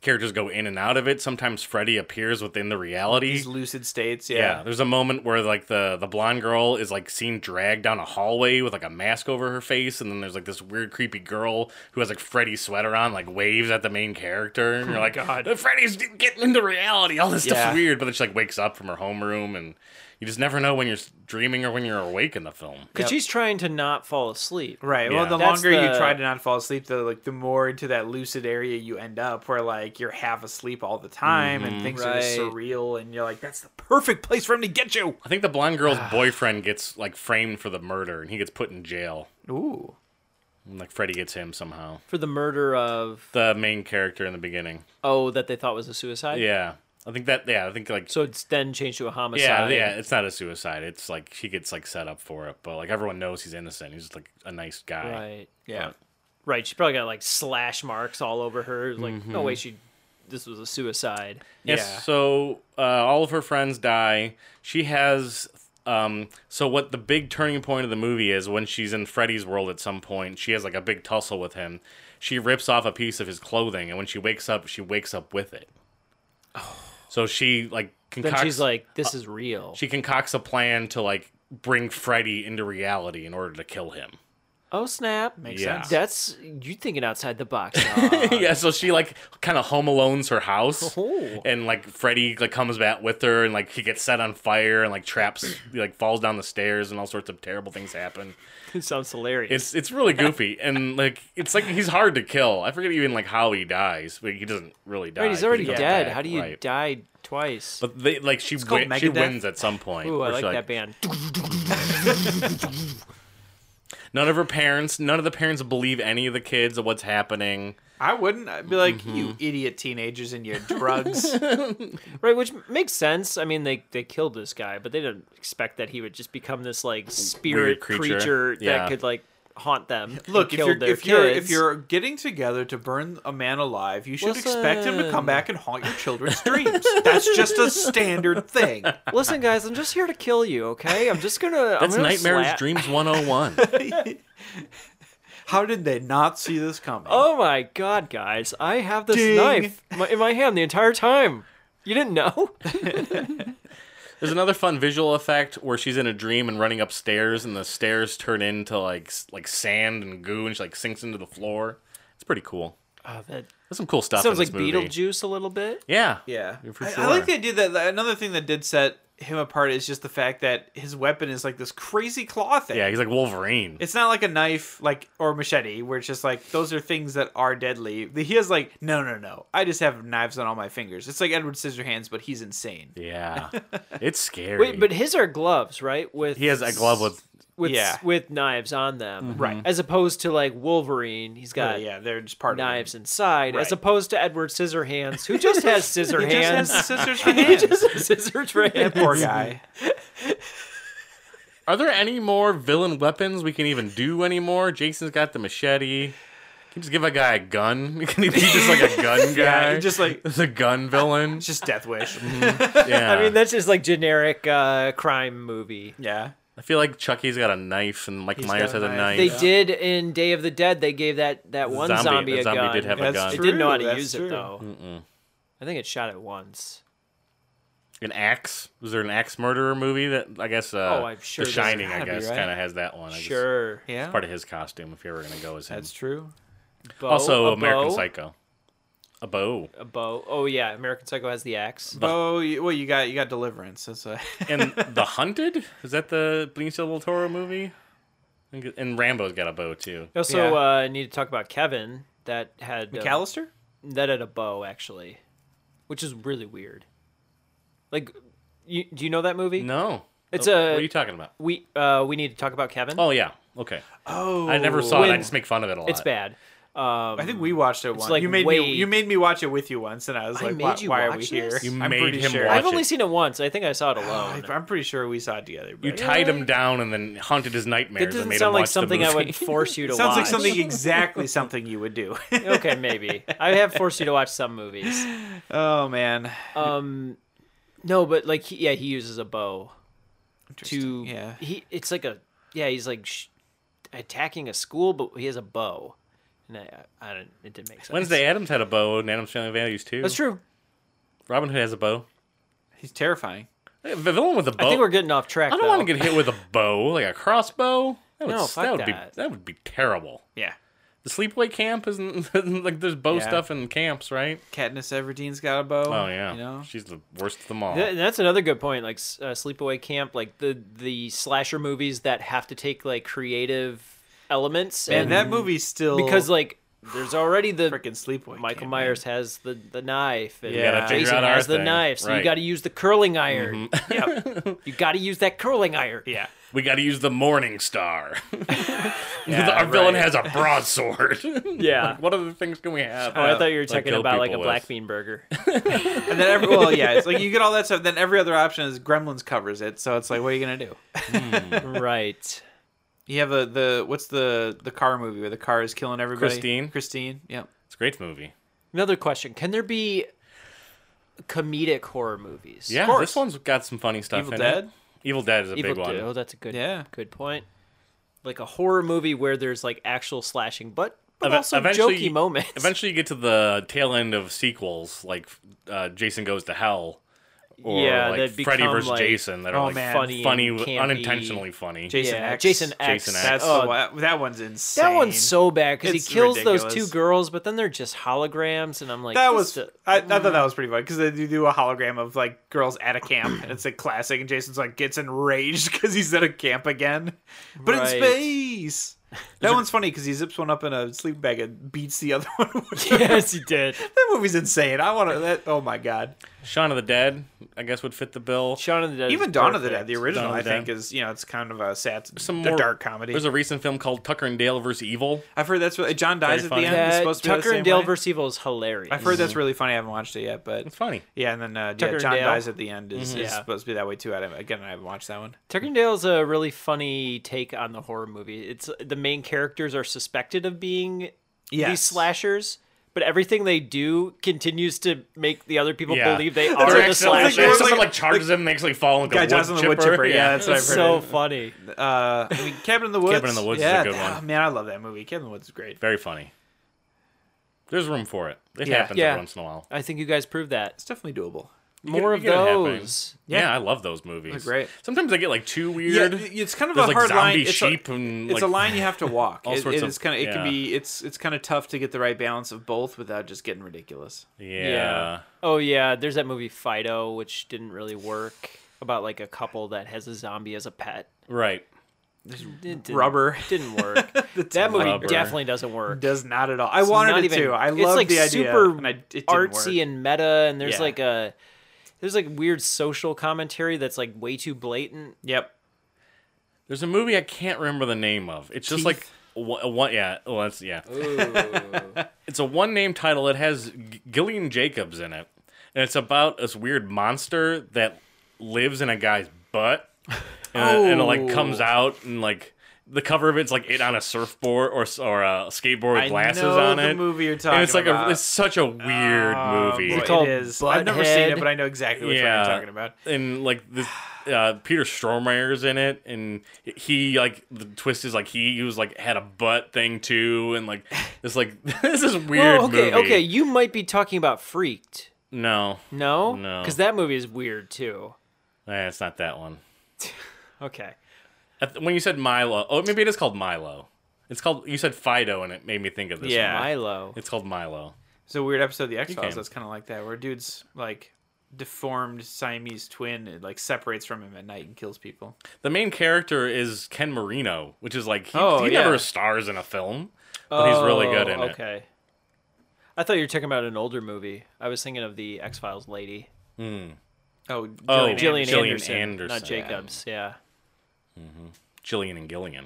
S3: Characters go in and out of it. Sometimes Freddy appears within the reality.
S5: These lucid states.
S3: Yeah,
S5: Yeah.
S3: there's a moment where like the the blonde girl is like seen dragged down a hallway with like a mask over her face, and then there's like this weird creepy girl who has like Freddy's sweater on, like waves at the main character, and you're like, Oh God, Freddy's d- getting into reality. All this
S5: Yeah.
S3: stuff's weird, but then she like wakes up from her homeroom, and you just never know when you're s- dreaming or when you're awake in the film.
S2: because she's trying to not fall asleep.
S5: Right.
S3: Yeah.
S5: Well, the
S2: That's
S5: longer
S2: the-
S5: you try to not fall asleep, the like the more into that lucid area you end up, where like you're half asleep all the time,
S3: Mm-hmm.
S5: and things are just
S2: Right.
S5: surreal, and you're like, that's the perfect place for him to get you.
S3: I think the blonde (sighs) girl's boyfriend gets like framed for the murder, and he gets put in jail.
S5: Ooh.
S3: And, like Freddy gets him somehow.
S2: for the murder of
S3: The main character in the beginning.
S2: oh that they thought was a suicide.
S3: Yeah, I think that. Yeah, I think like
S2: So it's then changed to a
S3: Yeah,
S2: homicide.
S3: yeah, it's not a suicide. It's like he gets like set up for it, but like everyone knows he's innocent. He's just like a nice guy.
S2: Right.
S5: Yeah.
S2: Right. She probably got like slash marks all over her. Like no way she. This was a suicide.
S3: Yes.
S5: Yeah.
S3: So uh, all of her friends die. She has. Um, so what the big turning point of the movie is when she's in Freddy's world at some point, she has like a big tussle with him. She rips off a piece of his clothing, and when she wakes up, she wakes up with
S2: (sighs)
S3: it. So she like
S2: Then
S3: concocts.
S2: she's like, "This is real."
S3: she concocts a plan to like bring Freddy into reality in order to kill him.
S2: oh snap!
S5: Makes
S3: Yeah.
S5: sense.
S2: That's you thinking outside the box. (laughs)
S3: (laughs)
S2: dog.
S3: yeah, so she like kind of home alones her house,
S2: Oh.
S3: and like Freddy like comes back with her, and like he gets set on fire, and like traps, like falls down the stairs, and all sorts of terrible things happen.
S2: it sounds hilarious.
S3: It's it's really
S2: (laughs)
S3: goofy, and like it's like he's hard to kill. I forget even like how he dies, but he doesn't really die.
S2: right, he's
S3: but he
S2: already
S3: comes
S2: dead.
S3: back,
S2: How do you
S3: right.
S2: die twice?
S3: But they like she
S5: called
S3: win- she
S5: Megadeth.
S3: wins at some point.
S2: Ooh, I
S3: where she,
S2: like, that band.
S3: None of her parents, none of the parents believe any of the kids of what's happening.
S5: I wouldn't. I'd be like, you
S3: Mm-hmm.
S5: idiot teenagers and your
S3: (laughs)
S5: drugs.
S2: Right, which makes sense. I mean, they they killed this guy, but they didn't expect that he would just become this like spirit creature.
S3: creature.
S2: that
S3: Yeah.
S2: could like haunt them. who
S5: Look, if
S2: killed
S5: you're
S2: their
S5: if you're
S2: kids.
S5: if you're getting together to burn a man alive, you should expect him to
S2: Listen.
S5: come back and haunt your children's dreams. That's just a
S2: (laughs)
S5: standard thing.
S2: (laughs) Listen, guys, I'm just here to kill you. Okay, I'm just gonna.
S3: That's
S2: I'm gonna
S3: Nightmares
S2: slap-
S3: Dreams
S2: (laughs)
S3: 101.
S5: How did they not see this coming?
S2: Oh my god, guys! I have this
S5: Ding.
S2: knife my- in my hand the entire time. You didn't know?
S3: There's another fun visual effect where she's in a dream and running upstairs, and the stairs turn into like s- like sand and goo, and she like sinks into the floor. It's pretty cool.
S2: (laughs) Oh, that
S3: There's some cool stuff.
S2: sounds
S3: in
S2: like
S3: this movie.
S2: Beetlejuice a little bit.
S3: Yeah.
S5: Yeah,
S3: For
S5: I- I,
S3: sure.
S5: like the idea that another thing that did set him apart is just the fact that his weapon is like this crazy claw thing.
S3: Yeah, he's like Wolverine.
S5: It's not like a knife, like or machete, where it's just like those are things that are deadly. He has like, no, no, no. I just have knives on all my fingers. It's like Edward Scissorhands, but he's insane. (laughs)
S3: yeah. it's scary.
S2: Wait, but his are gloves, right? With
S3: he has a glove with
S2: with
S5: Yeah.
S2: with knives on them,
S5: Right.
S2: As opposed to like Wolverine, he's got
S5: Yeah, yeah, they're just part
S2: knives inside, as
S5: Right.
S2: opposed to Edward Scissorhands, who (laughs) just has
S5: Of
S2: scissor
S5: it. (laughs) He
S2: hands.
S5: just has scissors for
S2: he
S5: hands.
S2: just has (laughs) scissor for hands.
S5: That poor guy.
S3: Are there any more villain weapons we can even do anymore? Jason's got the machete. Can you just give a guy a gun? (laughs) Can he be just like a gun guy?
S5: (laughs) Yeah, just like
S3: (laughs) the gun
S5: (laughs)
S3: villain.
S5: it's just Death
S3: (laughs)
S5: Wish.
S3: Yeah.
S2: I mean, that's just like generic uh, crime movie.
S5: yeah,
S3: I feel like Chucky's got a knife and Mike Myers
S5: got
S3: has
S5: a
S3: a knife.
S5: knife.
S2: They did in Day of the Dead. They gave that that one
S3: Zombie-
S2: zombie,
S3: the
S2: a
S3: zombie
S2: gun.
S3: did have a
S5: That's
S3: gun.
S2: It didn't know how to
S5: True, that's
S2: use
S5: true.
S2: it though. I think it shot it once.
S3: An axe? Was there an axe murderer movie that I guess uh,
S2: Oh, I'm sure
S3: The
S2: there's
S3: Shining, I
S2: gotta be,
S3: guess,
S2: right?
S3: kind of has that one. I guess.
S2: Sure.
S5: yeah.
S3: It's part of his costume if you're ever gonna go as him.
S5: That's true.
S2: Bow,
S3: also
S2: Oh, a
S3: American
S2: bow,
S3: Psycho. A bow.
S2: A bow. Oh yeah, American Psycho has the axe.
S5: Oh, you- well, you got you got Deliverance. That's a (laughs)
S3: and The Hunted? Is that the Benicio del Toro movie? I think it- And Rambo's got a bow too.
S2: We also uh, need to talk about Kevin that had uh,
S5: McAllister.
S2: that had a bow actually, which is really weird. Like, you, do you know that movie?
S3: No. Oh,
S2: It's
S3: What
S2: a-
S3: are you talking about?
S2: We uh, we need to talk about Kevin.
S3: Oh yeah. Okay.
S5: Oh,
S3: I never saw it. I
S2: When-
S3: just make fun of it a lot.
S2: it's bad. Um,
S5: I think we watched it once.
S2: like
S5: you made
S2: way-
S5: me you made me watch it with you once, and I was
S2: I
S5: like,
S2: made
S5: why,
S2: you
S5: why are
S2: watch
S5: we
S2: this?
S5: here?
S3: You
S5: I'm
S3: made
S5: pretty
S3: him
S5: sure.
S3: watch
S2: I've only
S3: it.
S2: seen it once. I think I
S3: (sighs)
S2: saw it alone.
S5: I- I'm pretty sure we saw it together.
S3: You
S5: but-
S3: tied him down and then haunted his
S2: It
S3: nightmares and
S2: doesn't
S3: made him
S2: sound like
S3: watch the
S2: something I
S3: movie.
S2: would force you to
S5: (laughs) sounds like
S2: watch. (laughs)
S5: something exactly something you would do.
S2: okay, maybe I have forced you to watch some movies.
S5: oh man,
S2: Um, no, but like, he, yeah, he uses a bow to.
S5: Interesting. yeah.
S2: he it's like a yeah. He's like sh- attacking a school, but he has a bow, and I, I don't. It didn't make sense.
S3: Wednesday Adams had a bow and Adams Family Values too.
S2: That's true.
S3: Robin Hood has a bow.
S5: He's terrifying.
S3: The villain with a bow.
S2: I think we're getting off track.
S3: I don't
S2: want
S3: want to get hit with a bow, like a crossbow. That would,
S2: No,
S3: that
S2: fuck
S3: would
S2: that.
S3: be that would be terrible.
S5: Yeah,
S3: The sleepaway camp isn't (laughs) like there's bow
S5: Yeah.
S3: stuff in camps, right?
S5: Katniss Everdeen's got a bow.
S3: Oh yeah,
S5: you know.
S3: she's the worst of them all.
S2: Th- that's another good point. Like s- uh, Sleepaway Camp, like the the slasher movies that have to take like creative elements,
S5: Man,
S2: and
S5: that movie's still
S2: because like there's already the
S5: freaking sleepaway.
S2: Michael
S5: Camp, man.
S2: Myers has the the knife, and
S5: We gotta Yeah. figure
S2: Jason
S3: out our
S2: has the
S3: thing.
S2: knife, so
S3: Right. Mm-hmm.
S2: you got to use the curling iron.
S3: (laughs)
S2: Yep. you got to use that curling iron.
S5: Yeah,
S3: We got to use the Morning
S2: (laughs)
S3: Star. (laughs)
S5: Yeah,
S3: Our villain
S5: right.
S3: has a broadsword.
S2: (laughs) Yeah.
S3: what other things can we have?
S2: Oh, I thought you
S3: Uh,
S2: were
S3: Like,
S2: talking
S3: kill
S2: about like a
S3: people
S2: black
S3: with. (laughs)
S2: bean burger.
S5: (laughs) and then every well, yeah, it's like you get all that stuff. Then every other option is Gremlins covers it. So it's like, what are you gonna do?
S2: right.
S5: You have a, the what's the the car movie where the car is killing everybody?
S3: Christine?
S5: Christine. Yep.
S3: It's a great movie.
S2: Another question: Can there be comedic horror movies?
S3: Yeah,
S5: course.
S3: this one's got some funny stuff
S5: Evil
S3: in
S5: Dead?
S3: it. Evil Dead is a
S2: Evil
S3: big
S2: Dead.
S3: one.
S2: Oh, that's a good
S5: Yeah.
S2: good point. Like a horror movie where there's like actual slashing, but but
S3: Eve-
S2: also
S3: eventually-
S2: jokey moments.
S3: Eventually, you get to the tail end of sequels like uh, Jason Goes to Hell, or
S2: Yeah,
S3: like
S2: that
S3: Freddy
S2: become,
S3: versus
S2: like,
S3: Jason that are
S5: oh,
S3: like
S5: man.
S2: funny, and
S3: funny,
S2: campy.
S3: unintentionally funny.
S2: (laughs)
S5: Jason
S2: yeah,
S5: X.
S2: Jason X.
S3: Jason X.
S5: That's
S2: Oh,
S5: the one. That one's insane.
S2: That one's so bad because he
S5: It's
S2: kills those two
S5: ridiculous.
S2: girls, but then they're just holograms, and I'm like,
S5: That
S2: this
S5: was.
S2: d-
S5: I, I thought that was pretty funny because they do- do a hologram of like girls at a camp, and it's a classic. And Jason's like gets enraged (laughs) because he's at a camp again, but in
S2: Right.
S5: space. That one's funny because he zips one up in a sleep bag and beats the other (laughs) one. with it.
S2: (laughs) yes, he did.
S5: that movie's insane. I want to. That. Oh my god.
S3: Shaun of the Dead, I guess, would fit the bill.
S2: Shaun of the Dead. is
S5: Even Dawn of the
S2: perfect.
S5: Dead, the original,
S3: Dawn
S5: I
S3: of the
S5: think,
S3: Dead.
S5: is you know it's kind of a sad,
S3: Some
S5: a
S3: more-
S5: dark comedy.
S3: There's a recent film called Tucker and Dale versus Evil.
S5: I've heard that's what John dies at the
S3: funny.
S5: end.
S3: Yeah,
S5: it's
S2: That
S5: supposed to be the
S2: Tucker
S5: same
S2: and Dale
S5: way.
S2: versus Evil is hilarious.
S5: I've heard that's really funny. I haven't watched it yet, but
S3: It's funny.
S5: yeah, and then uh, yeah,
S2: Tucker
S5: John
S2: and Dale.
S5: dies at the end is,
S3: Mhm.
S5: is
S2: Yeah.
S5: supposed to be that way too. I haven't- again, I haven't watched that one.
S2: Tucker and Dale's a really funny take on the horror movie. It's the main characters are suspected of being these
S5: Yes.
S2: slashers. But everything they do continues to make the other people
S3: Yeah.
S2: believe they
S3: Or
S2: are the
S3: actually-
S5: like-
S2: slashers.
S5: it's
S3: someone like,
S5: like-
S3: charges him and they actually fall and
S5: Guy
S3: like a
S5: dies
S3: wood
S5: on
S3: chipper.
S5: the wood chipper. Yeah, that's what I've
S2: It's
S5: heard.
S2: so funny.
S5: Uh, I
S3: (laughs)
S5: mean, Cabin in the Woods.
S3: Cabin in the Woods is a
S5: yeah,
S3: good one.
S5: Oh, man, I love that movie. Cabin in the Woods is
S3: (laughs)
S5: great.
S3: Very funny. There's room for it. It
S5: Yeah.
S3: happens
S2: Yeah.
S3: every once in a while.
S2: I think you guys proved that.
S5: It's definitely doable.
S2: more
S3: you get a
S2: of
S3: halfway.
S2: those.
S3: Yeah.
S5: Yeah.
S3: I love those movies.
S5: They're great.
S3: Sometimes I get like too
S5: Yeah,
S3: weird.
S5: it's kind of
S3: There's,
S5: a
S3: like,
S5: hard line.
S3: zombie
S5: It's
S3: sheep
S5: a,
S3: and,
S5: it's a
S3: like,
S5: line you have to walk.
S3: (laughs) all
S5: it,
S3: sorts of-
S5: it's kind of it
S3: yeah.
S5: can be it's it's kind of tough to get the right balance of both without just getting ridiculous.
S3: yeah.
S2: Oh yeah, there's that movie Fido, which didn't really work about like a couple that has a zombie as a pet.
S3: Right.
S2: It didn't-
S5: Rubber.
S2: didn't
S5: (laughs)
S2: work. that movie
S3: Rubber.
S2: definitely doesn't work.
S5: Does not at all. I
S2: It's not
S5: wanted it
S2: even-
S5: to. I
S2: it's
S5: love
S2: like
S5: the idea.
S2: super
S5: and I, it didn't
S2: artsy
S5: work.
S2: and meta, and there's
S5: Yeah.
S2: like a there's like weird social commentary that's like way too blatant.
S5: Yep.
S3: There's a movie I can't remember the name of. It's just like
S5: Teeth.
S3: wha- one. Yeah. Well, that's yeah. (laughs) it's a one name title. It has G- Gillian Jacobs in it, and it's about this weird monster that lives in a guy's butt, and, it, and it like comes out and like. The cover of it's like it on a surfboard or s- or a skateboard with
S5: I
S3: glasses
S5: know
S3: on
S5: the
S3: it.
S5: movie you're
S3: and it's like
S5: talking about. Oh,
S3: a it's such a weird movie.
S5: Boy,
S2: Um, It's called
S5: it is. I've never seen
S2: Butthead.
S5: it, but I know exactly which one you're talking about.
S3: And like this, uh, Peter Stormayer's in it, and he like the twist is like he, he was like had a butt thing too, and
S5: (laughs)
S3: like this like (laughs) this is weird.
S2: Well, Oh, okay,
S3: movie.
S2: okay, you might be talking about Freaked.
S3: No,
S2: No,
S3: No.
S2: because that movie is weird too.
S3: eh, it's not that one.
S2: Okay,
S3: I th- When you said Milo, oh maybe it is called Milo. It's called you said Fido, and it made me think of this.
S5: Yeah.
S3: one.
S2: Milo.
S3: it's called Milo.
S5: It's a weird episode of the X
S3: came.
S5: Files that's kind of like that, where dude's like deformed Siamese twin it, like separates from him at night and kills people.
S3: The main character is Ken Marino, which is like he,
S5: Oh,
S3: he
S5: yeah.
S3: never stars in a film, but he's really good in
S2: Oh,
S3: it.
S2: Okay, I thought you were talking about an older movie. I was thinking of the X Files lady,
S5: Oh,
S3: Oh,
S2: Gillian,
S5: Gillian
S3: Gillian
S2: Anderson,
S3: Anderson.
S2: not Jacobs. Yeah.
S3: Jillian and Gillian.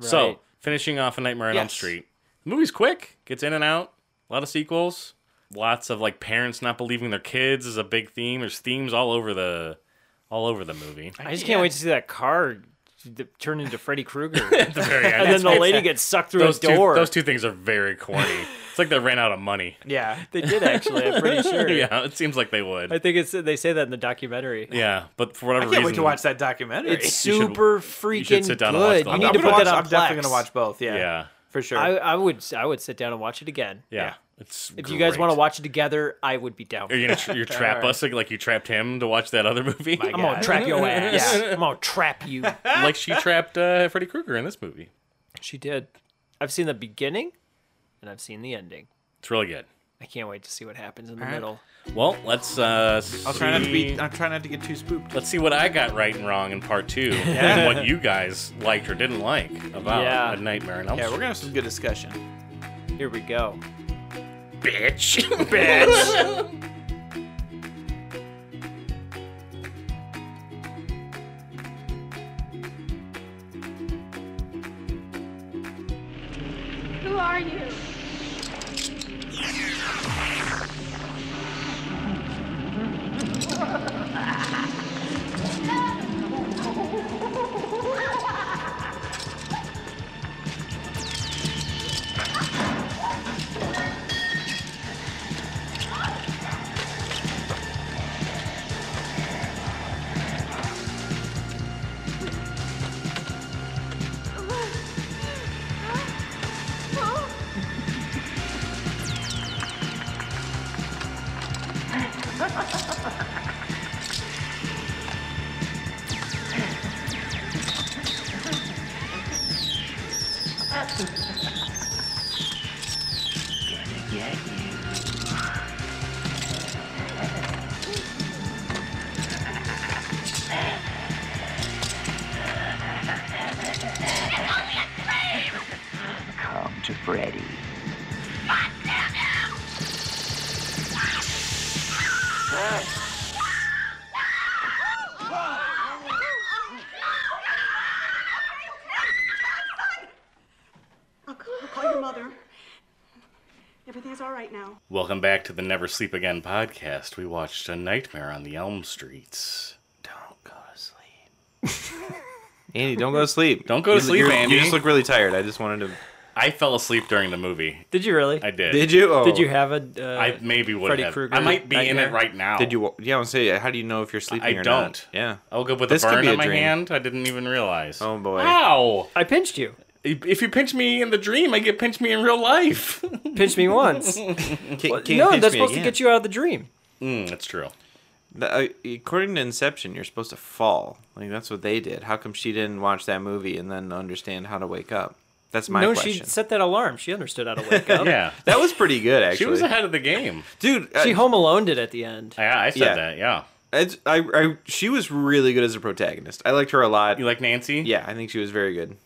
S3: So,
S2: Right.
S3: finishing off a Nightmare on Elm
S5: Yes.
S3: Street. The movie's quick, gets in and out, a lot of sequels, lots of like parents not believing their kids is a big theme. There's themes all over the all over the (laughs) movie.
S2: I just can't wait to see that car d- turn into
S3: (laughs)
S2: Freddy Krueger,
S3: At the very end,
S2: and then
S3: it's-
S2: the lady gets sucked through
S3: those
S2: a door.
S3: Two, those two things are very corny. (laughs) it's like they ran out of money.
S5: Yeah,
S2: They did actually. I'm
S3: (laughs)
S2: pretty (laughs) sure.
S3: yeah, it seems like they would.
S2: I think it's they say that in the documentary.
S3: yeah, but for
S5: I
S3: whatever
S5: can't
S3: reason,
S5: wait to watch that documentary.
S2: It's
S5: (laughs)
S3: You should-
S2: super freaking
S3: you should sit down and watch
S2: good.
S3: the
S2: You
S3: whole
S2: need
S5: I'm,
S2: to
S3: thing.
S2: put
S5: gonna
S2: that
S5: watch-
S2: on
S5: I'm definitely
S2: Plex.
S5: gonna watch both. Yeah,
S3: Yeah,
S5: for sure.
S2: I, I would I would sit down and watch it again.
S3: yeah, it's.
S2: If you guys want to
S3: great.
S2: watch it together, I would be down.
S3: are you gonna tr (laughs) you trap us like, like you trapped him to watch that other (laughs) movie?
S2: I'm gonna
S3: (laughs)
S2: trap your ass. I'm gonna trap you.
S3: like she trapped uh, Freddy Krueger in this movie.
S2: She did. I've seen the beginning, and I've seen the ending.
S3: It's really good.
S2: I can't wait to see what happens in the
S5: All right.
S2: middle.
S3: Well, let's. Uh,
S5: I'll try not to be. I'll try not to get too spooked.
S3: Let's see what I got right and wrong in part two, and what you guys liked or didn't like about
S2: Yeah.
S3: a Nightmare on Elm
S5: Yeah, we're
S3: Street.
S5: gonna have some good discussion.
S2: Here we go.
S3: bitch, (laughs) bitch.
S6: Who are you?
S7: come to Freddy.
S8: I'll call, I'll call your mother. Everything's all right now.
S3: Welcome back to the Never Sleep Again podcast. We watched a Nightmare on the Elm Streets. Don't go to sleep.
S5: (laughs) Andy, don't go to sleep.
S3: Don't go to sleep, Andy.
S5: You just look really tired. I just wanted to.
S3: I fell asleep during the movie.
S2: Did you really?
S3: I did.
S5: Did you? Oh.
S2: Did you have a? Uh,
S3: I maybe would
S2: Freddy
S3: have.
S2: Krueger
S3: I might be in
S2: nightmare?
S3: it right now.
S5: Did you? Yeah, I want to say. How do you know if you're sleeping?
S3: I
S5: or
S3: don't. Oh,
S5: Not? Yeah.
S3: I'll go with
S5: This
S3: a
S5: could
S3: burn
S5: be
S3: on
S5: a
S3: my
S5: dream.
S3: hand. I didn't even realize.
S5: Oh boy.
S3: Wow.
S2: I pinched you.
S3: If you pinch me in the dream, I get pinched me in real life. (laughs)
S2: Pinched me once.
S5: Can,
S2: no, that's supposed to get you out of the dream.
S3: mm, that's true.
S5: The- uh, according to Inception, you're supposed to fall. Like that's what they did. How come she didn't watch that movie and then understand how to wake up? That's my
S2: no, she
S5: question.
S2: set that alarm. She understood how to
S3: (laughs)
S2: wake up.
S3: Yeah.
S5: that was pretty good, actually.
S3: (laughs) She was ahead of the game.
S5: dude. uh,
S2: She home alone it at the end.
S3: Yeah, I said
S5: Yeah.
S3: that. Yeah.
S5: it's- I, I, she was really good as a protagonist. I liked her a lot.
S3: You like Nancy?
S5: Yeah, I think she was very good.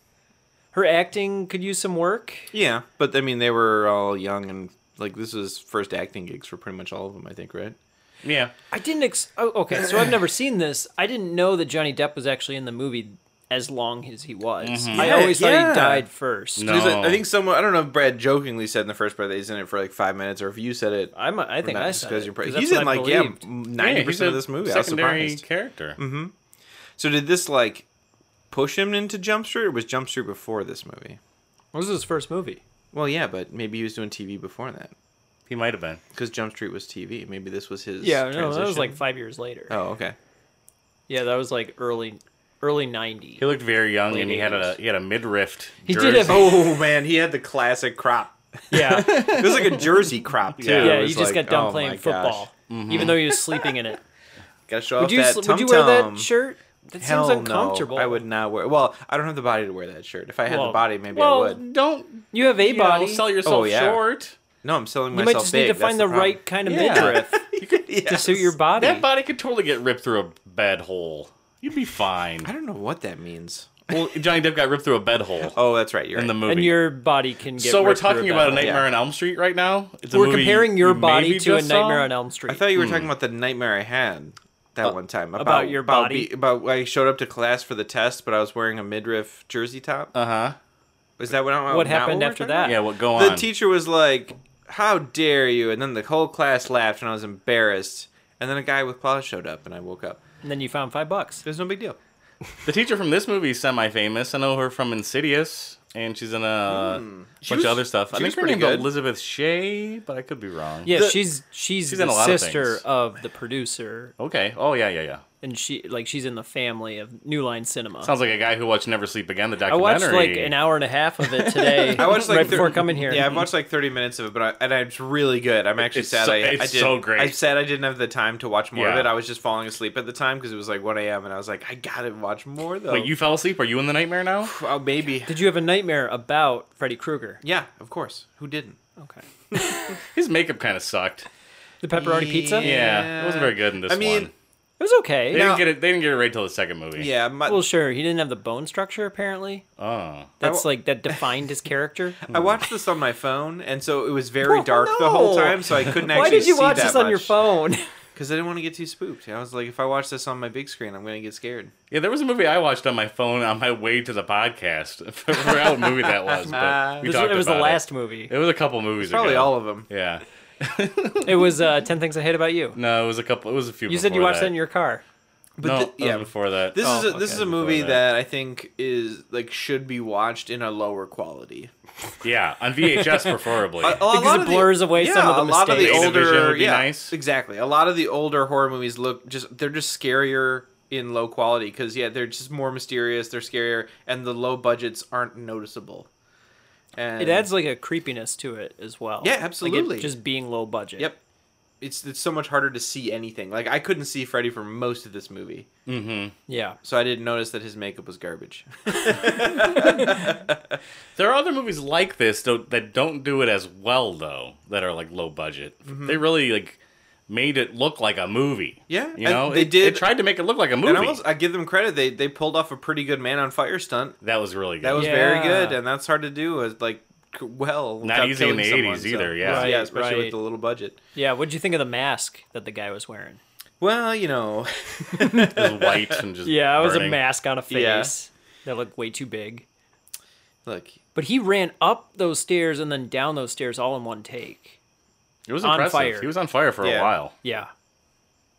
S2: Her acting could use some work.
S5: Yeah, but I mean, they were all young and like this was first acting gigs for pretty much all of them. I think, right?
S3: Yeah.
S2: I didn't. Ex- oh, okay, so I've never seen this. I didn't know that Johnny Depp was actually in the movie as long as he was. I
S5: Yeah,
S2: always thought
S5: yeah.
S2: he died first.
S3: Mm-hmm. No.
S5: There's a- I think someone I don't know if Brad jokingly said in the first part that he's in it for like five minutes, or if you said it.
S2: I'm, I think
S5: not,
S2: I
S5: just
S2: said
S5: 'cause
S2: it,
S5: you're pra-
S2: 'cause
S5: He's
S2: that's
S5: in
S2: what I
S5: like yeah
S2: believed.
S5: ninety
S3: Yeah, he's
S5: percent
S3: a
S5: of this movie. I was
S3: Secondary
S5: surprised. Mm-hmm.
S3: character.
S5: So did this like push him into Jump Street, or was Jump Street before this movie?
S2: What was his first movie?
S5: Well, yeah, but maybe he was doing TV before that
S3: He might have been.
S5: because Jump Street was TV. Maybe this was his.
S2: Yeah, no, that was
S5: transition.
S2: like five years later.
S5: Oh, okay.
S2: Yeah, that was like early, early '90.
S3: He looked very young, and he had a
S2: Ladies.
S3: he had a midriff.
S2: He did have-
S5: Oh man, he had the classic crop.
S2: Yeah, yeah.
S5: It was like a jersey crop too.
S3: Yeah,
S5: It
S2: he
S5: was
S2: just got
S5: like,
S2: done
S5: oh my
S2: playing
S5: gosh.
S2: football, even though he was sleeping in it.
S5: Gotta show
S2: (laughs) Would
S5: off
S2: you
S5: that
S2: sl- would you wear
S5: tum-tum.
S2: that shirt? That
S5: Hell
S2: seems uncomfortable.
S5: No. I would not wear. Well, I don't have the body to wear that shirt. If I had
S2: Well-
S5: the body, maybe I
S3: Well, (laughs)
S5: would.
S3: don't
S2: You have a
S3: you know,
S2: body.
S3: sell yourself
S5: Oh, yeah.
S3: short.
S5: No, I'm selling
S2: you
S5: myself
S2: might just
S5: big.
S2: need to
S5: That's
S2: find
S5: the,
S2: the, right
S5: (laughs)
S2: kind of
S5: Yeah.
S2: midriff
S5: yes.
S2: to suit your body.
S3: That body could totally get ripped through a bed hole. You'd be
S5: I (laughs)
S3: fine.
S5: don't know what that means.
S3: Well, Johnny Depp got ripped through a bed hole
S5: Oh, that's right. You're
S3: in the
S5: right.
S3: movie.
S2: and your body can get.
S3: so we're
S2: ripped through
S3: talking about a
S2: bed.
S3: Nightmare on Elm Street right now. It's a
S2: We're
S3: movie
S2: comparing your
S3: you maybe
S2: body to a
S3: just saw?
S2: Nightmare on Elm Street.
S5: I thought you
S3: Hmm.
S5: were talking about the nightmare I had that one time about,
S2: about your body?
S5: be- About, I showed up to class for the test, but I was wearing a midriff jersey top.
S3: Uh huh.
S5: Was that what? I-
S2: what
S5: not
S2: happened
S5: we're
S2: after
S5: talking about?
S2: that?
S3: Yeah. What go
S5: The
S3: on?
S5: teacher was like, "How dare you!" And then the whole class laughed, and I was embarrassed. And then a guy with claws showed up, and I woke up.
S2: And then you found five bucks.
S5: It was no big deal.
S3: The teacher from this movie is semi-famous. I know her from Insidious, and she's in a bunch
S5: was-
S3: of other stuff. I
S5: Hmm. she
S3: think
S5: was
S3: her
S5: pretty
S3: name's
S5: good.
S3: Elizabeth Shea, but I could be wrong.
S2: Yeah,
S5: The-
S2: she's she's,
S3: She's in a
S2: the
S3: lot of
S2: sister
S3: things.
S2: of, the producer,
S3: Okay. Oh yeah, yeah, yeah.
S2: and she like she's in the family of New Line Cinema.
S3: Sounds like a guy who watched Never Sleep Again, the
S2: I watched
S3: documentary.
S2: like an hour and a half of it today.
S5: (laughs) I watched like
S2: right (laughs)
S5: thir-
S2: before coming here.
S5: Yeah, I've watched like thirty minutes of it, but I, and it's really good. I'm actually
S3: It's
S5: sad.
S3: so-
S5: I,
S3: it's
S5: I did,
S3: so great.
S5: I said I didn't have the time to watch more of
S3: Yeah.
S5: it. I was just falling asleep at the time because it was like 1 a.m. and I was like, I gotta watch more though.
S3: Wait, you fell asleep? Are you in the nightmare
S2: (sighs)
S3: now?
S5: oh, maybe.
S2: Did you have a nightmare about Freddy Krueger?
S5: Yeah, of course. Who didn't?
S2: Okay.
S3: His makeup kind of sucked.
S2: The pepperoni pizza.
S3: Yeah, it wasn't very good in this
S5: I mean,
S3: one.
S2: It was okay.
S3: They didn't get it. They didn't get it right till the second movie.
S5: Yeah, my,
S2: well, sure. He didn't have the bone structure apparently.
S3: Oh.
S2: That's like that defined his character.
S5: (laughs) I watched this on my phone, and so it was very
S2: Oh,
S5: dark the whole
S2: no.
S5: time, so I couldn't actually.
S2: Why did you
S5: see
S2: watch
S5: that
S2: this on your
S5: much.
S2: phone?
S5: Because I didn't want to get too spooked. I was like, if I watch this on my big screen, I'm gonna get scared.
S3: Yeah, there was a movie I watched on my phone on my way to the podcast. (laughs) I forgot what movie that was, but we
S2: This-
S3: talked
S2: (laughs) it was the
S3: about
S2: last movie.
S3: It. was a couple movies.
S5: Probably
S3: ago.
S5: all of them.
S3: Yeah.
S2: It was uh, Ten Things I Hate About You.
S3: No, it was a couple. It was a few.
S2: You said you
S3: before
S2: watched that. in your car.
S5: But
S3: no,
S5: the-
S3: that was
S5: yeah,
S3: before that.
S5: This
S3: Oh,
S5: is a, this
S3: okay,
S5: is a
S3: before
S5: movie that. I think is like should be watched in a lower quality.
S3: yeah on VHS
S2: (laughs)
S3: preferably.
S5: Uh, oh.
S2: Because it blurs away some of the
S5: a lot of the
S2: mistakes.
S3: Datavision
S5: older,
S3: would be
S5: yeah,
S3: nice.
S5: exactly. A lot of the older horror movies look just they're just scarier in low quality because yeah, they're just more mysterious, they're scarier, and the low budgets aren't noticeable. And
S2: It adds like a creepiness to it as well.
S5: Yeah,
S2: Like, it
S5: absolutely.
S2: just being low budget.
S5: Yep. It's, it's so much harder to see anything. Like I couldn't see Freddy for most of this movie,
S2: Yeah.
S5: so I didn't notice that his makeup was garbage.
S3: There are other movies like this though that don't do it as well though that are like low budget. They really like made it look like a movie.
S5: Yeah,
S3: you
S5: I-
S3: know
S5: they
S3: It-
S5: did-
S3: It tried to make it look like a movie.
S5: And I, almost, I give them credit; they they pulled off a pretty good man on fire stunt.
S3: that was really good.
S5: That was very
S2: Yeah.
S5: good, and that's hard to do. Is like c- well, without
S3: easy in
S5: killing
S3: the
S5: someone,
S3: 80s
S5: so-
S3: either, yeah.
S5: yeah,
S2: Right,
S5: especially
S2: right.
S5: with the little budget.
S2: Yeah. What'd you think of the mask that the guy was wearing?
S5: Well, you know, (laughs)
S3: It was white and just
S2: Yeah, it was a
S3: burning.
S2: mask on a face
S5: Yeah.
S2: that looked way too big.
S5: look,
S2: But he ran up those stairs and then down those stairs all in one take.
S3: It was
S2: on
S3: impressive.
S2: fire.
S3: He was on fire for a
S5: Yeah.
S3: while.
S2: Yeah.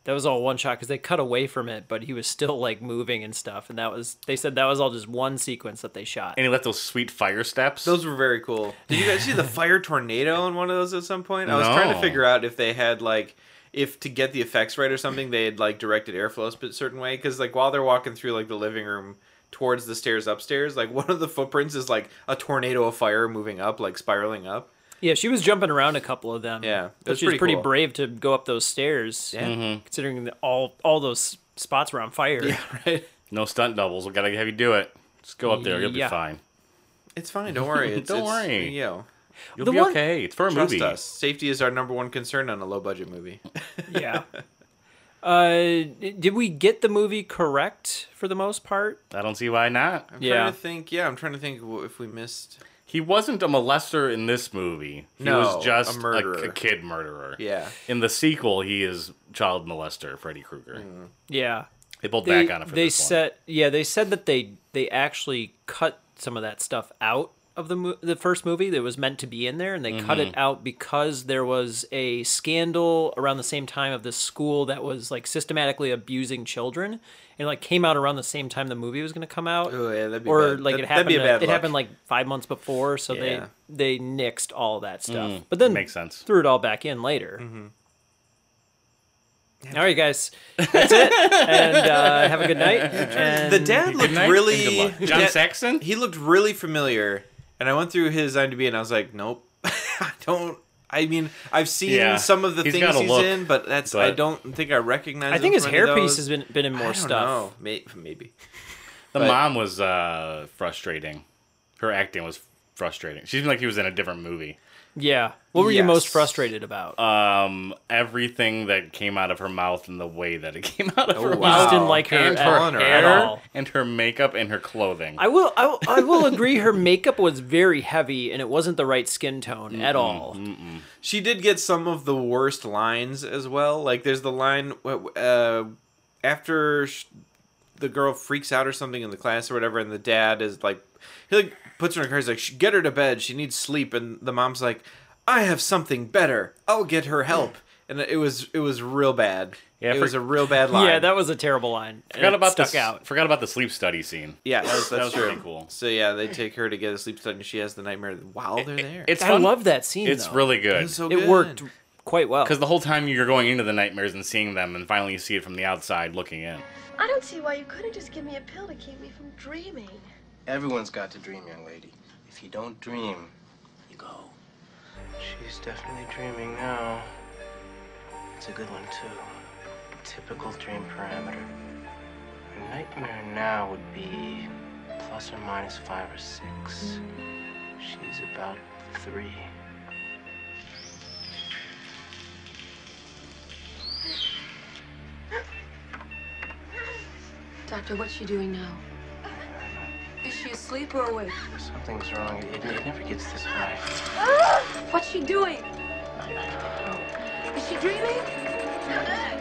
S2: That was all one shot because they cut away from it, but he was still like moving and stuff. And that was, they said that was all just one sequence that they shot.
S3: And he left those sweet fire steps.
S5: those were very cool. Did you guys
S3: (laughs)
S5: see the fire tornado in one of those at some point? I was trying
S3: No.
S5: to figure out if they had like. If to get the effects right or something, they had like directed airflow sp- a certain way because like while they're walking through like the living room
S3: (laughs)
S5: towards (laughs) the stairs upstairs, like one of the footprints is like a tornado of fire moving up, like spiraling up.
S2: Yeah, she was jumping around a couple of them.
S5: Yeah, it
S2: but
S5: was
S2: she was
S5: pretty
S2: pretty
S5: cool.
S2: brave to go up those stairs.
S5: Yeah.
S2: considering that all all those spots were on fire.
S5: right.
S3: No stunt doubles. We gotta have you do it. Just go up there. You'll
S2: Yeah.
S3: be fine.
S5: It's fine.
S3: (laughs)
S5: Don't worry. It's,
S3: Don't
S5: it's,
S3: worry.
S5: You know,
S3: You'll
S2: The
S3: be
S2: one-
S3: okay. It's for a
S5: trust
S3: movie.
S5: us. Safety is our number one concern on a low budget (laughs) movie.
S2: (laughs) yeah. Uh, did we get the movie correct for the most part?
S3: I don't see why not.
S5: I'm
S2: Yeah.
S5: trying to think. Yeah, I'm trying to think wh- if we missed.
S3: He wasn't a molester in this movie. He
S5: No,
S3: was just
S5: a
S3: a,
S5: murderer.
S3: a kid murderer.
S5: Yeah.
S3: In the sequel, he is child molester Freddy Krueger.
S5: Mm.
S2: Yeah.
S3: They pulled
S2: They,
S3: back on it for
S2: they
S3: this one.
S2: said yeah, they said that they they actually cut some of that stuff out of the mo- the first movie that was meant to be in there and they cut
S5: Mm-hmm.
S2: it out because there was a scandal around the same time of this school that was like systematically abusing children and like came out around the same time the movie was going to come out.
S5: Oh, yeah, that'd be
S2: or
S5: bad.
S2: like
S5: That-
S2: it
S5: that'd
S2: happened
S5: be a
S2: uh,
S5: bad
S2: it
S5: luck.
S2: happened like 5 months before so
S5: Yeah. Mm.
S2: they they nixed all that stuff. but then
S3: makes sense.
S2: Threw it all back in later.
S5: Mm-hmm.
S2: All right, guys, that's it, and uh, have a good night. And
S5: (laughs) The dad looked
S3: night, and
S5: really. (laughs)
S3: good luck. John
S5: yeah,
S3: Saxon?
S5: He looked really familiar, and I went through his IMDb, and I was like, nope, (laughs) I don't. I mean, I've seen
S3: Yeah,
S5: some of the
S3: he's
S5: things
S3: gotta
S5: he's
S3: look,
S5: in, but that's I
S3: but-
S5: don't think I recognize.
S2: I think
S5: him
S2: his
S5: from any of
S2: hairpiece
S5: those.
S2: has been been in more
S5: I don't
S2: stuff.
S5: know. May- Maybe.
S3: The
S5: But-
S3: mom was uh, frustrating. Her acting was frustrating. She seemed like he was in a different movie.
S2: Yeah, what were you most
S5: Yes. Uh,
S2: frustrated about?
S3: Um, everything that came out of her mouth and the way that it (laughs) came out of her
S2: you just
S3: mouth,
S2: didn't
S5: Oh, wow.
S2: like her
S3: and
S2: at,
S5: her
S2: at
S3: hair,
S2: all.
S3: and her makeup, and her clothing.
S2: I will, I will, I will agree. Her makeup was very heavy, and it wasn't the right skin tone
S5: Mm,
S2: at all.
S5: She did get some of the worst lines as well. Like there's the line uh, after sh- the girl freaks out or something in the class or whatever, and the dad is like, he like puts her in her car. He's like, "Sh- get her to bed. She needs sleep. And the mom's like, I have something better. I'll get her help. (laughs) And it was it was real bad.
S3: (laughs) Yeah,
S5: it
S3: for-
S5: was a real bad line.
S2: Yeah, that was a terrible line. and
S3: forgot
S2: it
S3: about the s-
S2: stuck out.
S3: Forgot about the sleep study scene.
S5: yeah, that was,
S3: that
S5: that's
S3: was
S5: true.
S3: pretty cool.
S5: So yeah, they take her to get a sleep study, and she has the nightmare while they're there.
S3: It's
S2: I
S3: fun-
S2: love that scene.
S3: It's
S2: though.
S3: really
S5: It
S3: good.
S5: was so
S2: it
S5: good.
S2: worked quite well.
S3: Because the whole time you're going into the nightmares and seeing them, and finally you see it from the outside looking in.
S7: I don't see why you couldn't just give me a pill to keep me from dreaming.
S9: Everyone's got to dream, young lady. If you don't dream, you go. She's definitely dreaming now. It's a good one, too. Typical dream parameter. A nightmare now would be plus or minus five or six. She's about three.
S7: Doctor, what's she doing now? Is she asleep or awake?
S9: Something's wrong. It, it never gets this high.
S7: What's she doing?
S9: I, I don't know.
S7: Is she dreaming?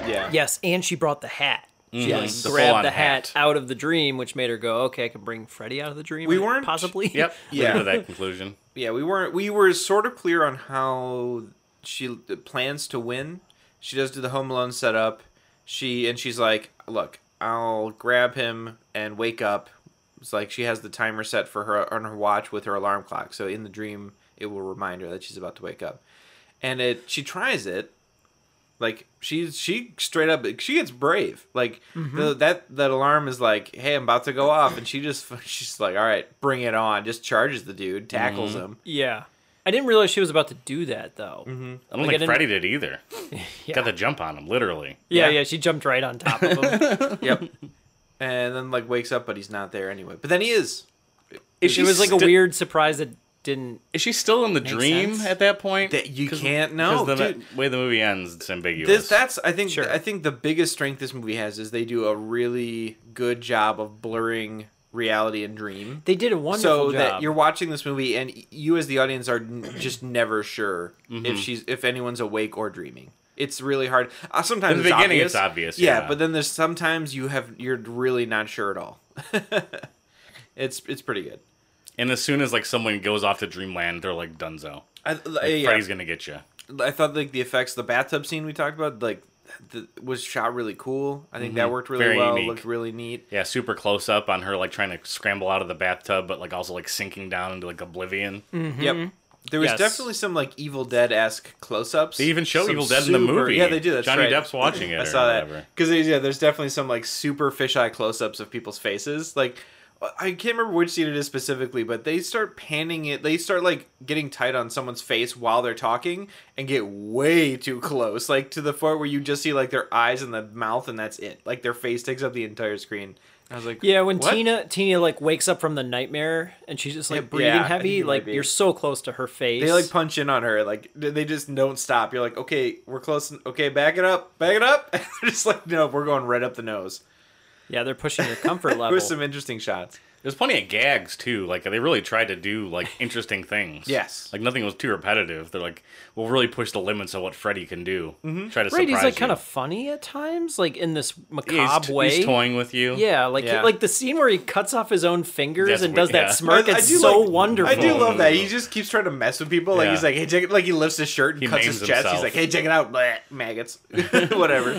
S5: Yeah.
S2: Yes, and she brought the hat. She like
S3: Mhm. The
S2: grabbed
S3: full-on
S2: the hat,
S3: hat.
S2: out of the dream, which made her go, "Okay, I can bring Freddy out of the dream."
S5: We weren't-
S2: possibly.
S3: Yep.
S5: Yeah.
S3: Yeah. to that conclusion.
S5: yeah we weren't we were sort of clear on how she plans to win she does do the home alone setup she and she's like look i'll grab him and wake up it's like she has the timer set for her on her watch with her alarm clock so in the dream it will remind her that she's about to wake up and it she tries it like she's she straight up she gets brave like the, that that alarm is like hey i'm about to go off and she just (laughs) she's like all right bring it on just charges the dude tackles him
S2: (laughs) Yeah. I didn't realize she was about to do that though.
S3: I don't
S2: Like, I
S3: think
S2: didn't-
S3: Freddy did
S5: (laughs)
S3: either.
S2: Yeah.
S3: Got the jump on him, literally.
S2: yeah,
S5: Yeah.
S2: yeah, she jumped right on top
S5: (laughs)
S2: of him.
S5: Yep. and then like wakes up, but he's not there anyway. But then he is.
S3: Is
S2: it was like a
S3: sti-
S2: weird surprise that didn't.
S3: Is she still in the dream
S2: sense.
S3: at that point?
S5: That you
S3: 'Cause-
S5: can't know,
S3: 'cause The
S5: dude.
S3: way the movie ends, it's ambiguous.
S5: This that's I think
S2: Sure.
S5: I think the biggest strength this movie has is they do a really good job of blurring reality and dream.
S2: They did a wonderful
S5: So
S2: job.
S5: that you're watching this movie and you as the audience are n- just never sure
S3: Mm-hmm.
S5: if she's if anyone's awake or dreaming. It's really hard. Uh, sometimes
S3: In the
S5: it's
S3: beginning,
S5: obvious.
S3: it's obvious, yeah.
S5: but then there's sometimes you have you're really not sure at all. (laughs) it's it's pretty good.
S3: and as soon as like someone goes off to dreamland, they're like Dunzo.
S5: I,
S3: Like,
S5: Uh, yeah.
S3: Freddy's gonna get you.
S5: I thought like the effects, the bathtub scene we talked about, like the, was shot really cool. I think that worked really
S3: Mm-hmm. Very
S5: well.
S3: unique.
S5: Looked really neat.
S3: Yeah, super close up on her like trying to scramble out of the bathtub, but like also like sinking down into like oblivion.
S5: Mm. Yep. There was
S2: Mm-hmm. Yes.
S5: definitely some like Evil Dead esque close ups.
S3: They even show Evil Dead in the movie.
S5: Yeah, they do. That's
S3: Johnny
S5: right.
S3: Depp's watching it
S5: (laughs) I
S3: or
S5: saw that
S3: whatever.
S5: because yeah, there's definitely some like super fisheye close ups of people's faces. Like I can't remember which scene it is specifically, but they start panning it. They start like getting tight on someone's face while they're talking and get way too close, like to the point where you just see like their eyes and the mouth, and that's it. Like their face takes up the entire screen. I was like,
S2: Yeah, when
S5: "What?"
S2: Tina Tina like wakes up from the nightmare and she's just like
S5: Yeah,
S2: breathing
S5: yeah,
S2: heavy,
S5: you
S2: like
S5: maybe.
S2: you're so close to her face.
S5: they like punch in on her, like they just don't stop. You're like, okay, we're close. Okay, back it up, back it up. (laughs) And they're just like, no, we're going right up the nose.
S2: yeah, they're pushing your
S5: (laughs)
S2: comfort
S5: There
S2: level.
S5: was some interesting shots.
S3: There's plenty of gags too. Like they really tried to do like interesting things.
S5: Yes.
S3: Like nothing was too repetitive. They're like, we'll really push the limits of what Freddy can do. Mm-hmm. Try to
S2: right,
S3: surprise
S2: he's like
S3: you.
S2: kind of funny at times, like in this
S3: Yeah, he's,
S2: macabre
S3: t-
S2: way.
S3: he's toying with you.
S2: Yeah, like
S5: Yeah.
S2: like the scene where he cuts off his own fingers
S3: That's
S2: and does
S3: weird, yeah.
S2: that smirk.
S5: I- I
S2: It's
S5: do
S2: so
S5: like-
S2: wonderful.
S5: I do love that. He just keeps trying to mess with people. Like
S3: Yeah.
S5: he's like, hey, check it. Like he lifts his shirt and
S3: He
S5: cuts
S3: maims
S5: his chest.
S3: himself.
S5: He's like, hey, check it out, Blah, maggots, (laughs) whatever.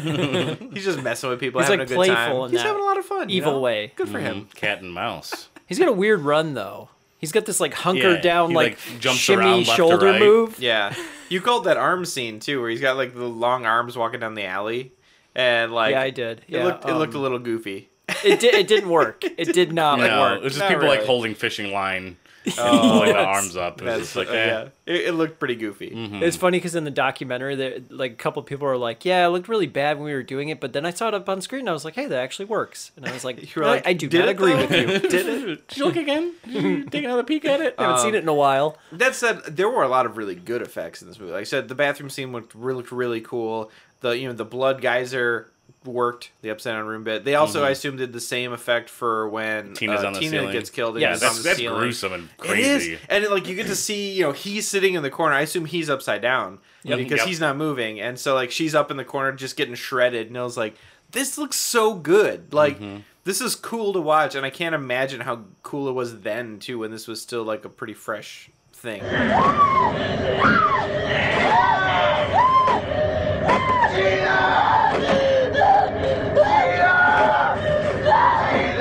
S5: he's just messing with people,
S2: He's,
S5: having
S2: like,
S5: a good
S2: playful
S5: time.
S2: in
S5: He's
S2: that
S5: having a lot of fun. you
S2: evil
S5: know?
S2: way.
S5: Good for him.
S3: Mm-hmm. Cat and
S5: (laughs)
S3: mouse.
S2: He's got a weird run though. He's got this like hunker
S3: Mm-hmm. Yeah,
S2: down
S3: he,
S2: like,
S3: like, jumps
S2: shimmy
S3: around left to
S2: shoulder
S3: right.
S2: move.
S5: Yeah, you called that arm scene too, where he's got like the long arms walking down the alley, and like
S2: Yeah, I did. Yeah,
S5: it looked it looked a
S2: um,
S5: little goofy.
S2: It did. It didn't work. It did not
S3: No,
S2: work.
S3: it was just
S5: Not
S3: people like
S5: really.
S3: holding fishing
S5: (laughs)
S3: line, and pulling the arms up. It was just like,
S5: Oh, uh,
S3: eh. Mm-hmm.
S5: yeah, it, it looked pretty goofy.
S2: It's funny because in the documentary, there like a couple people are like, "Yeah, it looked really bad when we were doing it," but then I saw it up on screen and I was like, "Hey, that actually works." And I was
S5: (laughs)
S2: like,
S5: You were
S2: "No,
S5: like,
S2: "I do
S5: "Did
S2: not
S5: it
S2: agree
S5: though?"
S2: with you.
S5: (laughs) Did it?
S3: Did you look again? Did you take another peek at it?
S2: I haven't seen it in a while."
S5: That said, there were a lot of really good effects in this movie. Like I said, the bathroom scene looked really, looked really cool. The you know the blood geyser worked the upside down room bit. They also I assume did the same effect for when
S3: Mm-hmm. Tina's
S5: uh,
S3: on the
S5: Tina
S3: ceiling.
S5: gets killed. And
S2: Yeah,
S3: Yeah,
S5: is
S3: that's,
S5: on the
S3: that's
S5: ceiling.
S3: gruesome and
S5: It
S3: crazy.
S5: is, and it, like you get to see you know he's sitting in the corner. I assume he's upside down because
S3: Yep.
S5: he's not moving, and so like she's up in the corner just getting shredded. And I was like, this looks so good. Like
S2: Mm-hmm.
S5: this is cool to watch, and I can't imagine how cool it was then too when this was still like a pretty fresh (laughs) thing.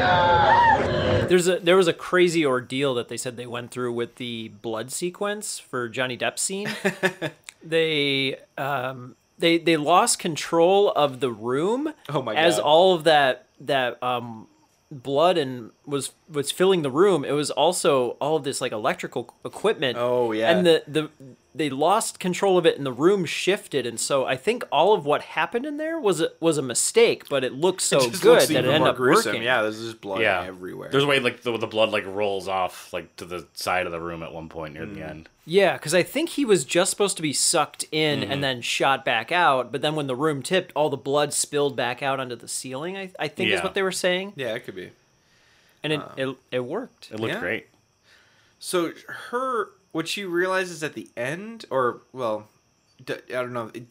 S2: There's a there was a crazy ordeal that they said they went through with the blood sequence for Johnny Depp's scene.
S5: (laughs)
S2: they um they they lost control of the room.
S5: Oh my
S2: As
S5: God.
S2: all of that that um blood and was was filling the room. It was also all of this like electrical equipment.
S5: Oh, yeah.
S2: And the the they lost control of it and the room shifted and so I think all of what happened in there was a, was a mistake, but it looked so
S5: just
S2: good
S5: looks
S2: that it
S5: even
S2: ended
S5: more
S2: up
S5: gruesome.
S2: working.
S5: Yeah, there's just blood
S3: yeah,
S5: everywhere.
S3: There's a way like the, the blood like rolls off like to the side of the room at one point near
S2: Hmm.
S3: the end.
S2: Yeah, because I think he was just supposed to be sucked in
S5: Mm-hmm.
S2: and then shot back out. But then when the room tipped, all the blood spilled back out onto the ceiling. I, I think is
S3: Yeah.
S2: what they were saying,
S5: yeah, Uh. it could be.
S2: and it it, it worked.
S3: It looked
S5: Yeah.
S3: great.
S5: So her, what she realizes at the end, or well, d- I don't know, it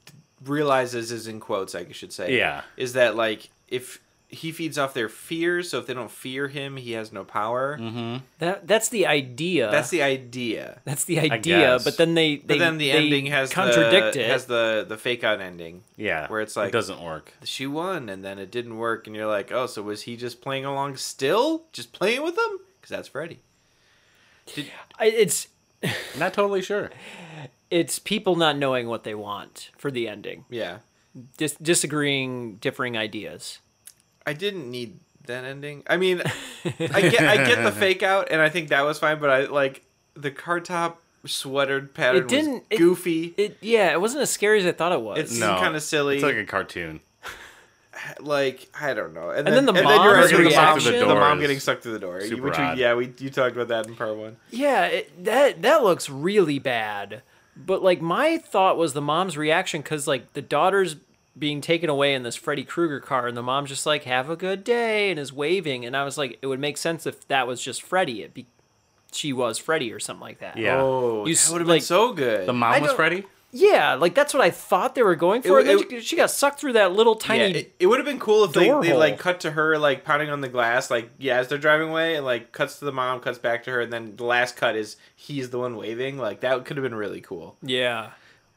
S5: realizes is in quotes, I should say.
S3: Yeah.
S5: is that like if he feeds off their fears, so if they don't fear him, he has no power.
S2: Mm-hmm. That that's the idea.
S5: That's the idea.
S2: that's the idea.
S3: guess.
S2: But then they, they
S5: But then the
S2: they
S5: ending has
S2: contradict
S5: the,
S2: it.
S5: has the the fake out ending.
S3: Yeah,
S5: where it's like
S3: it doesn't work.
S5: she won and then it didn't work and you're like oh so was he just playing along still just playing with them because that's freddy
S2: I- it's
S3: Not totally
S5: (laughs)
S3: sure.
S2: it's people not knowing what they want for the ending,
S5: yeah
S2: Dis- disagreeing, differing ideas.
S5: I didn't need that ending. I mean, I get I
S3: (laughs)
S5: get the fake out, and I think that was fine. But I like the car top sweatered pattern.
S2: It didn't- it-
S5: was goofy.
S2: It yeah, it wasn't as scary as I thought it was.
S5: It's-
S3: No,
S5: kinda silly.
S3: It's like a cartoon.
S5: like I don't know. And,
S2: And then the
S5: you're
S2: mom's
S5: right, the
S2: reaction-
S5: mom, the,
S2: Sucked through the
S5: mom
S3: door
S5: getting
S3: is
S5: sucked through the door.
S3: super
S5: which we-
S3: odd.
S5: yeah, we you talked about that in part one.
S2: Yeah, it, that that looks really bad. But like my thought was the mom's reaction cuz like the daughter's being taken away in this Freddy Krueger car and the mom's just like have a good day and is waving and I was like it would make sense if that was just Freddy it be she was Freddy or something like that.
S3: Yeah,
S5: Oh,
S2: You
S5: you
S2: s-
S5: that would have
S2: like-
S5: been so good.
S3: the mom
S2: I
S3: was
S2: don't-
S3: Freddy.
S2: Yeah, like that's what I thought they were going for.
S5: It-
S2: and then
S5: it-
S2: she- she got sucked through that little
S5: yeah,
S2: tiny
S5: it, it would have been cool if they,
S2: door
S5: they like
S2: hole.
S5: cut to her like pounding on the glass like yeah as they're driving away and like cuts to the mom cuts back to her and then the last cut is he's the one waving like that could have been really cool
S2: Yeah.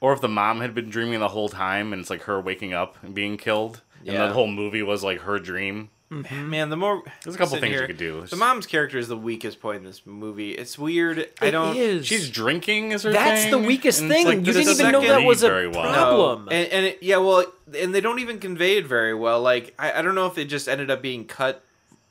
S3: Or if the mom had been dreaming the whole time and it's like her waking up and being killed,
S5: Yeah.
S3: and the whole movie was like her dream.
S5: (sighs) Man, the more
S3: There's a couple
S5: sitting
S3: things you could do.
S5: The mom's character is the weakest point in this movie. It's weird. I don't.
S2: is.
S3: She's drinking is her
S2: That's
S3: thing,
S2: the weakest
S3: and it's,
S2: thing.
S3: like,
S2: you
S5: the
S2: didn't even know
S5: second-
S2: that was a
S3: Very well.
S5: No.
S2: problem.
S5: And, and it, yeah, well, and they don't even convey it very well. Like I, I don't know if it just ended up being cut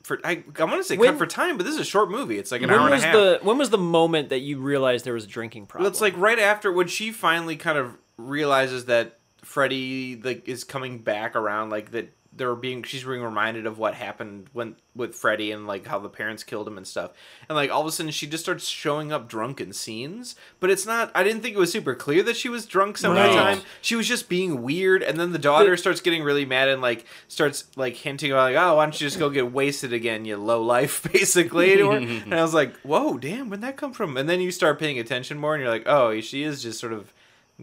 S5: for I, I want to say
S2: When-
S5: cut for time, but this is a short movie. It's like an hour
S2: When
S5: and a
S2: was
S5: half.
S2: the when was the moment that you realized there was a drinking problem?
S5: Well, it's like right after when she finally kind of realizes that Freddy like is coming back around, like that they're being she's being reminded of what happened when with Freddy and like how the parents killed him and stuff. And like all of a sudden she just starts showing up drunk in scenes. But it's not I didn't think it was super clear that she was drunk some of
S3: Right.
S5: the time. She was just being weird and then the daughter starts getting really mad and like starts like hinting about like, oh why don't you just go get wasted again, you low life (laughs)
S3: (laughs)
S5: basically to her. and I was like, Whoa, damn, where'd that come from? And then you start paying attention more and you're like, Oh, she is just sort of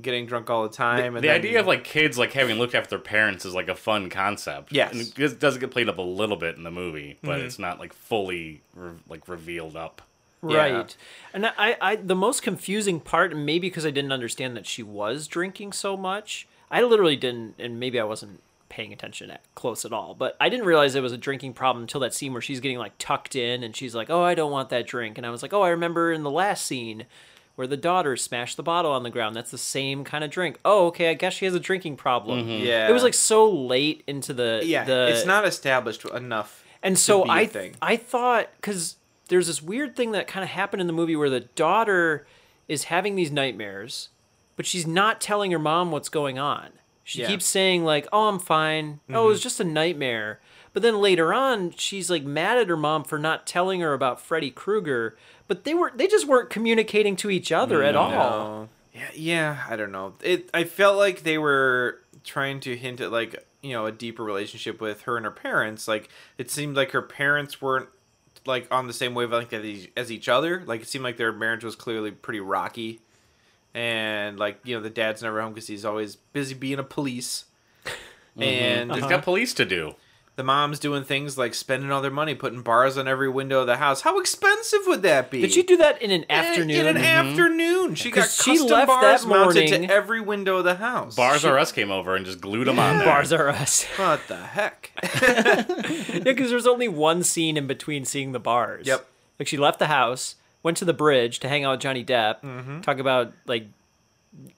S5: getting drunk all the time and
S3: the
S5: then-
S3: idea of like kids like having looked after their parents is like a fun concept.
S5: Yes. Mm-hmm.
S3: and it does get played up a little bit in the movie, but it's not like fully re- like revealed up.
S2: Right. And I, I, the most confusing part, and maybe because I didn't understand that she was drinking so much, I literally didn't, and maybe I wasn't paying attention at close at all, but I didn't realize it was a drinking problem until that scene where she's getting like tucked in and she's like, oh, I don't want that drink. And I was like, oh, I remember in the last scene where the daughter smashed the bottle on the ground. That's the same kind of drink. Oh, okay. I guess she has a drinking problem.
S5: Yeah.
S2: It was like so late into the
S5: Mm-hmm. Yeah,
S2: the
S5: it's not established enough.
S2: and so
S5: be a
S2: I
S5: thing.
S2: I thought because there's this weird thing that kind of happened in the movie where the daughter is having these nightmares, but she's not telling her mom what's going on. She
S5: Yeah. Mm-hmm.
S2: keeps saying like, "Oh, I'm fine. Oh, it was just a nightmare." But then later on, she's like mad at her mom for not telling her about Freddy Krueger. But they were they just weren't communicating to each other at all.
S5: Yeah, yeah, I don't know. It I felt like they were trying to hint at like, you know, a deeper relationship with her and her parents. Like it seemed like her parents weren't like on the same wavelength as each, as each other. Like it seemed like their marriage was clearly pretty rocky. And like, you know, the dad's never home cuz he's always busy being a police. And
S3: He's got police to do.
S5: the mom's doing things like spending all their money putting bars on every window of the house. How expensive would that be?
S2: Did she do that in an
S5: In a-
S2: afternoon? mm-hmm.
S5: In an afternoon, she got
S2: 'Cause she
S5: custom
S2: left
S5: bars
S2: that
S5: mounted
S2: morning-
S5: to every window of the house.
S3: Bars R Us came over and just glued them on there.
S2: Bars are us.
S5: What the heck?
S2: Yeah, because there's only one scene in between seeing the bars.
S5: Yep.
S2: Like she left the house, went to the bridge to hang out with Johnny Depp, talk about like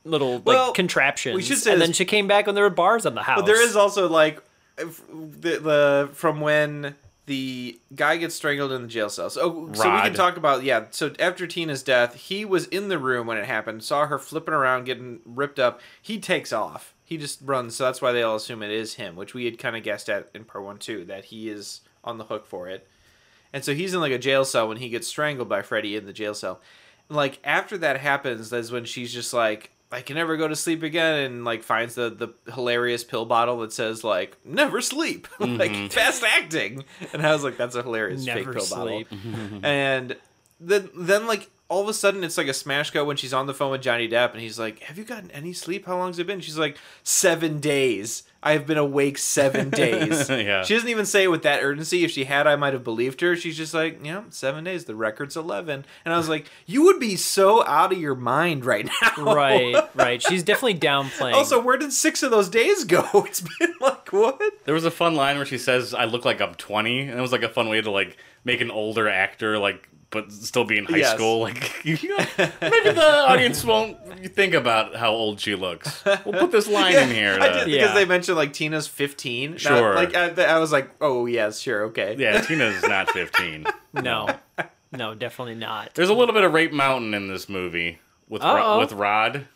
S2: little like
S5: Mm-hmm. Well,
S2: contraptions.
S5: we should say
S2: and
S5: this-
S2: then she came back when there were bars on the house.
S5: But (laughs) there is also like if- the, the from when the guy gets strangled in the jail cell. So, so we can
S3: Rod.
S5: talk about yeah. So after Tina's death, he was in the room when it happened, saw her flipping around, getting ripped up. He takes off. He just runs. So that's why they all assume it is him, which we had kind of guessed at in part one too, that he is on the hook for it. And so he's in like a jail cell when he gets strangled by Freddy in the jail cell. And like after that happens, that's when she's just like, I can never go to sleep again, and like finds the the hilarious pill bottle that says like never sleep, (laughs) like fast acting. And I was like, that's a hilarious
S2: Mm-hmm. Never
S5: fake pill
S2: sleep.
S3: (laughs)
S5: bottle. and then then like all of a sudden it's like a smash cut when she's on the phone with Johnny Depp, and he's like, have you gotten any sleep? How long's it been? She's like, seven days. I have been
S3: (laughs)
S5: awake seven days.
S3: Yeah.
S5: She doesn't even say it with that urgency. If she had, I might have believed her. She's just like, yeah, seven days. The record's eleven, and I was like, you would be so out of your mind right now.
S2: right, right. She's definitely downplaying.
S5: (laughs) Also, where did six of those days go? (laughs) It's been like what?
S3: There was a fun line where she says, "I look like I'm 20," and it was like a fun way to like make an older actor like, but still be in high
S5: Yes.
S3: school. Like, (laughs) you
S5: (laughs)
S3: know, maybe the audience won't think about how old she looks. We'll put this
S5: (laughs)
S3: line in here.
S5: I
S3: to-
S5: did,
S2: Yeah.
S5: Because they mentioned like Tina's fifteen. Not-
S3: Uh, Sure.
S5: like I, I was like, oh yes, sure, okay.
S3: yeah, Tina's not 15.
S5: (laughs)
S2: no, no, definitely not.
S3: There's a little bit of Rape Mountain in this movie with
S2: Uh-oh.
S3: Ro- with Rod.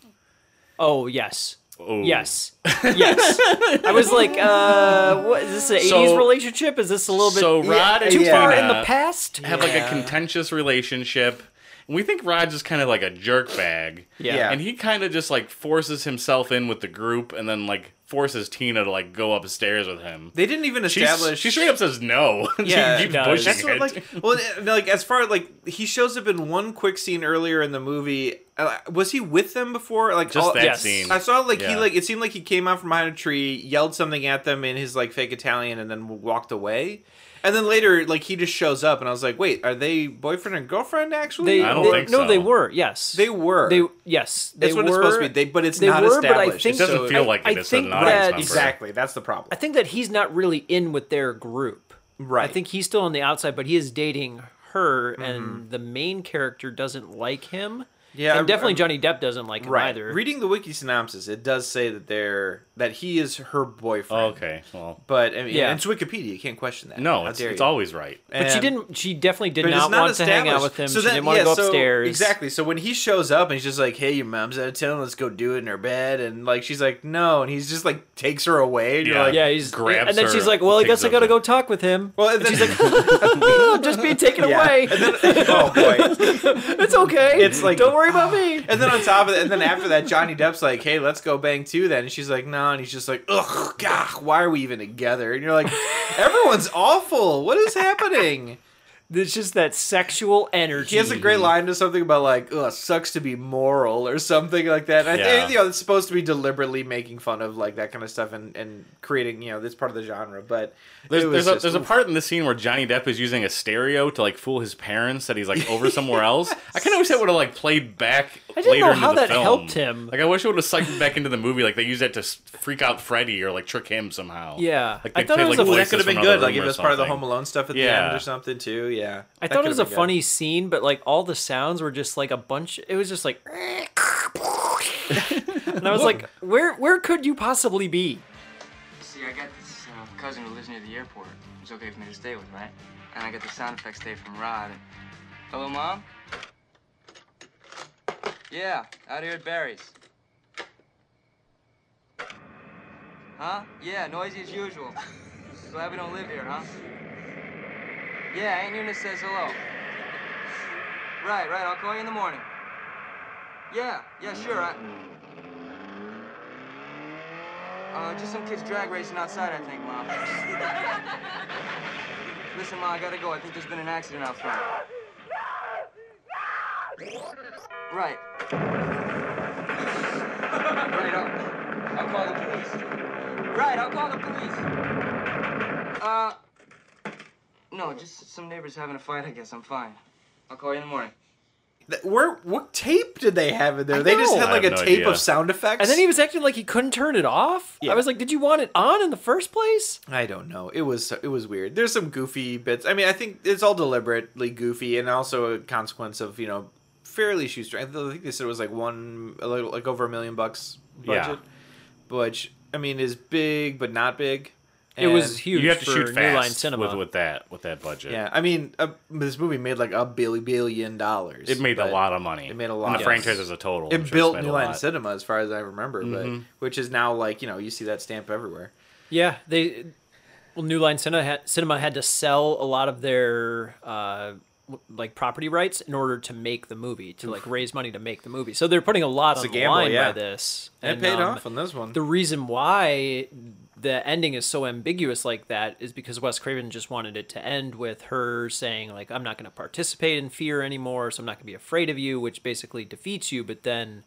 S2: Oh yes,
S3: Oh.
S2: yes, yes. I was like, uh, what is this an
S3: So-
S2: '80s relationship? Is this a little bit e
S3: So Rod and
S2: too far in
S3: Tina
S2: the past?
S3: have like a contentious relationship. And we think Rod's just kind of like a jerk bag.
S2: Yeah.
S3: And he kind of just like forces himself in with the group and then like forces Tina to like go upstairs with him.
S5: They didn't even
S3: She's-
S5: establish.
S3: she straight up says no. (laughs)
S5: Yeah,
S3: she keeps
S2: she does.
S3: pushing
S5: That's
S3: it.
S5: what, like, well, no, like as far like he shows up in one quick scene earlier in the movie. Uh, was he with them before? Like
S3: just
S5: all-
S3: that
S2: oh, yes.
S3: scene.
S5: I saw like he
S3: Yeah.
S5: like it seemed like he came out from behind a tree, yelled something at them in his like fake Italian, and then walked away. And then later, like he just shows up, and I was like, "Wait, are they boyfriend and girlfriend actually?"
S2: They,
S3: I don't
S2: they-
S3: think
S2: no,
S3: so.
S2: they were. Yes,
S5: They were.
S2: They yes, they
S5: That's
S2: were.
S5: what it's supposed to be. They, but it's
S2: they
S5: not
S2: were, but I
S5: established.
S2: think-
S3: it
S5: It's
S3: doesn't
S5: so-
S3: feel
S2: I-
S3: like
S2: I
S3: it as an
S2: think
S3: audience
S2: that-
S3: member.
S5: exactly. That's the problem.
S2: I think that he's not really in with their group.
S5: Right. Mm-hmm.
S2: I think he's still on the outside, but he is dating her, and the main character doesn't like him.
S5: Yeah,
S2: and
S5: I-
S2: definitely
S5: I-
S2: Johnny Depp doesn't like him
S5: Right.
S2: either.
S5: Reading the wiki synopsis, it does say that they're that he is her boyfriend.
S3: okay, well,
S5: But I mean,
S2: Yeah.
S5: and it's Wikipedia. You can't question that.
S3: no,
S5: How
S3: it's,
S5: dare
S3: it's
S5: you.
S3: always right.
S2: but she
S5: And-
S2: didn't. She definitely did
S5: but it's
S2: not, want to hang out
S5: established.
S2: with him.
S5: So
S2: she
S5: then-
S2: didn't want
S5: yeah,
S2: to go
S5: so-
S2: upstairs.
S5: exactly. So when he shows up and he's just like, "Hey, your mom's out of town. Let's go do it in her bed," and like she's like, "No," and he's just like takes her away. And you're
S3: Yeah.
S5: like,
S2: Yeah, he's
S3: Grabs
S2: and then
S3: her,
S2: she's like, "Well, I guess I
S3: picks
S2: gotta
S3: up
S2: go
S3: her-
S2: talk with him."
S5: (laughs) Well, and then
S2: (laughs)
S5: she's like,
S2: I'm just being taken away.
S5: (laughs) "Oh boy."
S2: (laughs) it's okay.
S5: It's like-
S2: don't worry
S5: (sighs)
S2: about me.
S5: And then on top of that, and then after that, Johnny Depp's like, "Hey, let's go bang too." Then and she's like, "No," and he's just like, "Ugh, gah, why are we even together?"
S2: (laughs)
S5: And you're like, "Everyone's awful. What is happening?"
S2: It's just that sexual energy.
S5: He has a great line to something about like, "Ugh, sucks to be moral" or something like that. And I
S3: Yeah.
S5: think you know it's supposed to be deliberately making fun of like that kind of stuff and and creating you know this part of the genre. But
S3: There's,
S5: it was
S3: there's, a,
S5: just-
S3: there's a part in the scene where Johnny Depp is using a stereo to like fool his parents that he's like over somewhere else. I kind of wish that would have like played back.
S2: I didn't
S3: later
S2: know
S3: into
S2: how
S3: the
S2: that
S3: film.
S2: helped him.
S3: Like I wish it would have sucked back into the movie. Like they used that to s- freak out Freddy or like trick him somehow.
S2: Yeah.
S3: like
S2: I
S3: they
S2: thought it
S3: played like
S2: was a- Well,
S5: Ooh, that
S3: voices
S5: could have
S3: from
S5: been
S3: another
S5: good. Like
S3: room
S5: if
S3: or
S5: it was part of the
S3: something.
S5: Home Alone stuff at the
S3: Yeah.
S5: end or something too. Yeah,
S2: I
S5: That
S2: thought
S5: could
S2: it was a
S5: have been good.
S2: funny scene, but like all the sounds were just like a bunch. It was just like, (laughs) and I was
S5: (laughs)
S2: like, where where could you possibly be?
S9: See, I got this uh, cousin who lives near the airport. It's okay for me to stay with, right? And I got the sound effects tape from Rod. Hello, Mom? Yeah, out here at Barry's. Huh? Yeah, noisy as usual. Glad we don't live here, huh? Yeah, Aunt Eunice says hello. Right, right, I'll call you in the morning. Yeah, yeah, sure, I... Uh, just some kids drag racing outside, I think, Mom. Listen, Ma, I gotta go. I think there's been an accident out front. Right. Right, I'll, I'll call the police. Right, I'll call the police. Uh, no, just some neighbors having a fight, I guess. I'm fine. I'll call you in the morning.
S5: Th- Where what tape did they have in there?
S2: I
S5: They just
S2: know.
S5: had
S3: I
S5: like a
S3: have no
S5: tape
S3: idea.
S5: of sound effects.
S2: And then he was acting like he couldn't turn it off. I was like, did you want it on in the first place?
S5: I don't know. It was it was weird. There's some goofy bits. I mean, I think it's all deliberately goofy and also a consequence of you know fairly shoestring. I think they said it was like one a little, like over a million bucks
S3: Yeah.
S5: budget, which I mean is big but not big.
S2: It was
S5: And-
S2: huge.
S3: you have to
S2: for
S3: shoot
S2: New Line
S3: fast
S2: Cinema.
S3: with with that with that budget.
S5: Yeah, I mean, uh, this movie made like a billion billion dollars.
S3: It made a
S5: but-
S3: lot of money.
S5: it made a
S3: And
S5: lot,
S3: the
S5: yes.
S3: franchise as a total. I'm
S5: It
S3: sure it's
S5: built
S3: made
S5: New
S3: a
S5: Line
S3: lot.
S5: Cinema, as far as I remember,
S2: Mm-hmm.
S5: but which is now like you know you see that stamp everywhere.
S2: Yeah, they well, New Line Cinema had, Cinema had to sell a lot of their uh, w- like property rights in order to make the movie to like raise money to make the movie. So they're putting a lot
S5: It's
S2: on
S5: a
S2: the
S5: gamble,
S2: line by
S5: yeah.
S2: this.
S5: And, it paid
S2: um,
S5: off on this one.
S2: The reason why the ending is so ambiguous like that is because Wes Craven just wanted it to end with her saying like I'm not going to participate in fear anymore, so I'm not going to be afraid of you, which basically defeats you. But then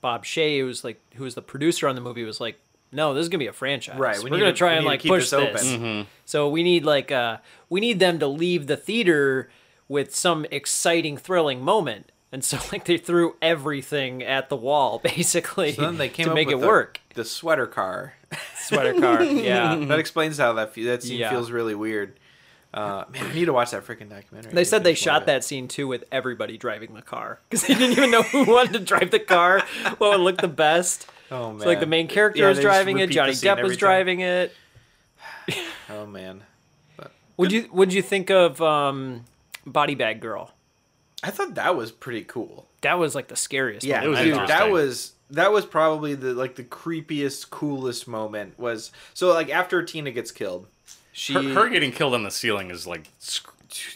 S2: Bob Shea, who was like who was the producer on the movie, was like, No, this is going to be a franchise.
S5: Right,
S2: we are
S5: we need
S2: going
S5: to-
S2: try
S5: we
S2: and
S5: need to
S2: like
S5: keep
S2: push
S5: this open."
S2: this. So we need like uh we need them to leave the theater with some exciting, thrilling moment. And so (laughs) like they threw everything at the wall basically
S5: So
S2: (laughs)
S5: then they came
S2: to
S5: up
S2: make
S5: with
S2: it
S5: the-
S2: work.
S5: The sweater car.
S2: Sweater car. Yeah.
S3: Mm-hmm.
S5: that explains how that fe- that scene
S2: Yeah.
S5: feels really weird. Uh, man, I need to watch that freaking documentary.
S2: They said they shot that scene too with everybody driving the car because they didn't even know who wanted to drive the car, what would look the best.
S5: Oh man!
S2: So, like the main character
S5: Yeah,
S2: was
S5: they just
S2: driving it,
S5: repeat the
S2: Johnny
S5: scene
S2: Depp
S5: every
S2: was
S5: time.
S2: driving it.
S5: Oh man!
S2: Would you would you think of um, Body Bag Girl?
S5: I thought that was pretty cool.
S2: That was like the scariest.
S5: Yeah,
S2: one.
S3: It was
S5: dude,
S3: interesting.
S5: that was that was probably the like the creepiest, coolest moment was so like after Tina gets killed, she
S3: Her, her getting killed on the ceiling is like sc-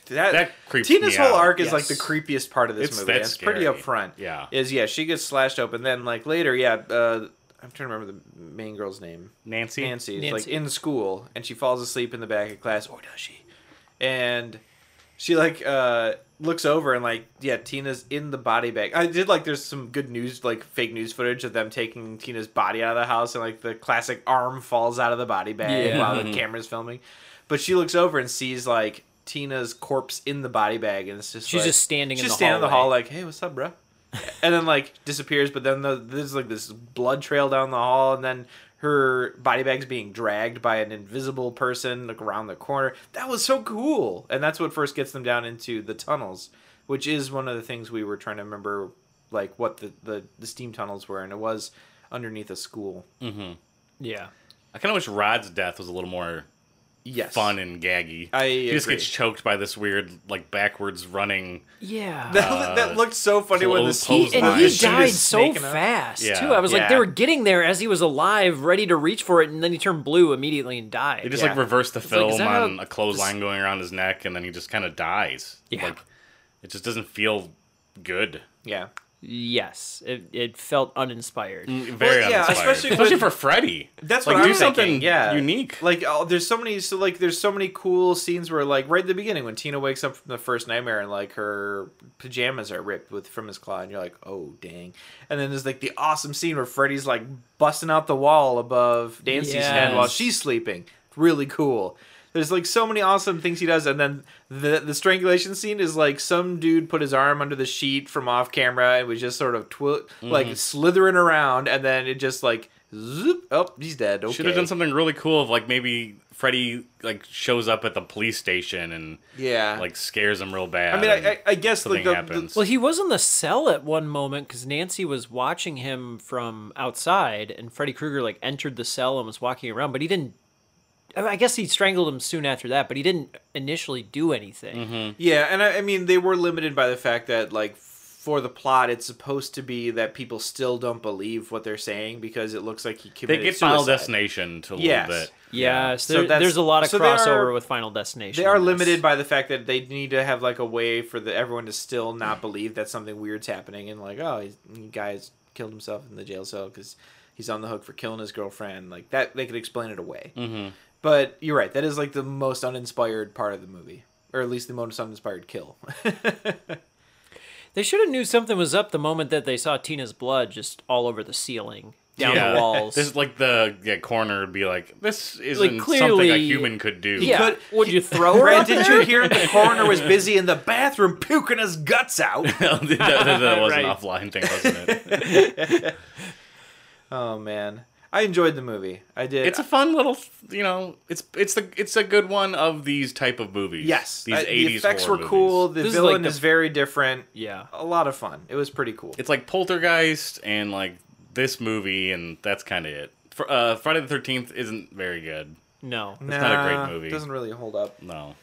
S5: that,
S3: that creeps
S5: Tina's
S3: me
S5: whole
S3: out.
S5: arc is like the
S2: Yes.
S5: creepiest part of this
S3: It's-
S5: movie.
S3: that's
S5: it's pretty
S3: scary.
S5: upfront.
S3: Yeah.
S5: is yeah she gets slashed open. Then like later, yeah, uh, I'm trying to remember the main girl's name.
S3: Nancy.
S5: Nancy, is like
S2: Nancy.
S5: in school, and she falls asleep in the back of class, or does she? And she like uh looks over and like yeah, Tina's in the body bag. I did like there's some good news like fake news footage of them taking Tina's body out of the house, and like the classic arm falls out of the body bag
S2: Yeah. (laughs)
S5: while the camera's filming. But she looks over and sees like Tina's corpse in the body bag, and it's just
S2: She's
S5: like-
S2: just standing in
S5: she's
S2: the
S5: standing in the
S2: hallway.
S5: hall like, hey, what's up, bro? and then like disappears. But then the, there's like this blood trail down the hall, and then her body bag's being dragged by an invisible person like around the corner. That was so cool, and that's what first gets them down into the tunnels, which is one of the things we were trying to remember like what the, the, the steam tunnels were, and it was underneath a school.
S4: Yeah.
S3: I kind of wish Rod's death was a little more
S5: Yes,
S3: fun and gaggy.
S5: I
S3: he just
S5: agree.
S3: gets choked by this weird, like backwards running.
S2: Yeah.
S5: (laughs) That, that looked so funny when the
S3: close-
S5: steam
S3: close
S2: He, and
S3: line.
S2: he
S3: Shoot
S2: died
S4: his
S2: so
S4: snake enough.
S2: fast
S3: Yeah.
S2: too. I was like, they
S5: Yeah.
S2: were getting there as he was alive, ready to reach for it, and then he turned blue immediately and died.
S3: They just
S5: Yeah.
S3: like reverse the
S2: like,
S3: film
S2: is that
S3: on
S2: how-
S3: a clothesline going around his neck, and then he just kind of dies.
S2: Yeah.
S3: Like, it just doesn't feel good.
S5: Yeah,
S2: yes, it, it felt uninspired.
S5: Mm,
S3: Very
S5: yeah,
S3: uninspired.
S5: especially
S3: especially
S5: with-
S3: for Freddy.
S5: That's
S3: like,
S5: what
S3: do
S5: I'm
S3: something
S5: thinking, yeah.
S3: unique.
S5: like oh, there's so many so like there's so many cool scenes where like right at the beginning when Tina wakes up from the first nightmare and like her pajamas are ripped with from his claw and you're like oh dang and then there's like the awesome scene where Freddy's like busting out the wall above Nancy's head while
S2: Yes.
S5: she's sleeping really cool there's like so many awesome things he does and then the the strangulation scene is like some dude put his arm under the sheet from off camera and was just sort of twi-
S3: Mm-hmm.
S5: like slithering around and then it just like zoop oh he's dead okay
S3: Should have done something really cool of like maybe Freddy like shows up at the police station and
S5: yeah
S3: like scares him real bad.
S5: I mean, I,
S3: and
S5: I, I guess like
S3: something
S5: the, the-
S3: happens.
S2: Well, he was in the cell at one moment because Nancy was watching him from outside, and Freddy Krueger like entered the cell and was walking around, but he didn't. I mean, I guess he strangled him soon after that, but he didn't initially do anything.
S5: Mm-hmm. yeah, and I, I mean they were limited by the fact that like for the plot, it's supposed to be that people still don't believe what they're saying because it looks like he
S3: they
S5: committed
S3: get
S5: suicide.
S3: Final Destination to a little
S5: Yes.
S3: bit.
S2: Yes,
S5: So
S2: there-
S5: that's-
S2: there's a lot of
S5: so they are-
S2: crossover with Final Destination.
S5: They are
S2: in this.
S5: limited by the fact that they need to have like a way for the, everyone to still not believe that something weird's happening and like oh he's, the guy's killed himself in the jail cell because he's on the hook for killing his girlfriend like that they could explain it away. Mm-hmm. But you're right, that is like the most uninspired part of the movie, or at least the most uninspired kill.
S2: They should have knew something was up the moment that they saw Tina's blood just all over the ceiling, down
S3: Yeah.
S2: the walls.
S3: This is like the yeah, coroner would be like, this isn't something a
S2: clearly-
S3: human could do.
S5: (laughs)
S3: (laughs)
S2: yeah,
S5: could-
S2: would you throw her?
S5: Brad,
S2: up
S5: did
S2: there?
S5: you hear the coroner
S2: (laughs)
S5: was busy in the bathroom puking his guts out? (laughs)
S3: that, that- that was an
S2: Right.
S3: offline thing, wasn't it?
S5: Oh man, I enjoyed the movie. I did.
S3: It's a fun little, you know, it's it's the it's a good one of these type of movies.
S5: yes.
S3: these
S5: I-
S3: eighties
S5: the effects were cool. The
S2: This is like
S5: villain is,
S2: the-
S5: very different.
S2: Yeah.
S5: A lot of fun. It was pretty cool.
S3: It's like Poltergeist and like this movie, and that's kind of it. Fr- uh, Friday the Thirteenth isn't very good.
S2: No.
S5: Nah,
S3: not a great movie.
S5: Doesn't really hold up.
S3: No,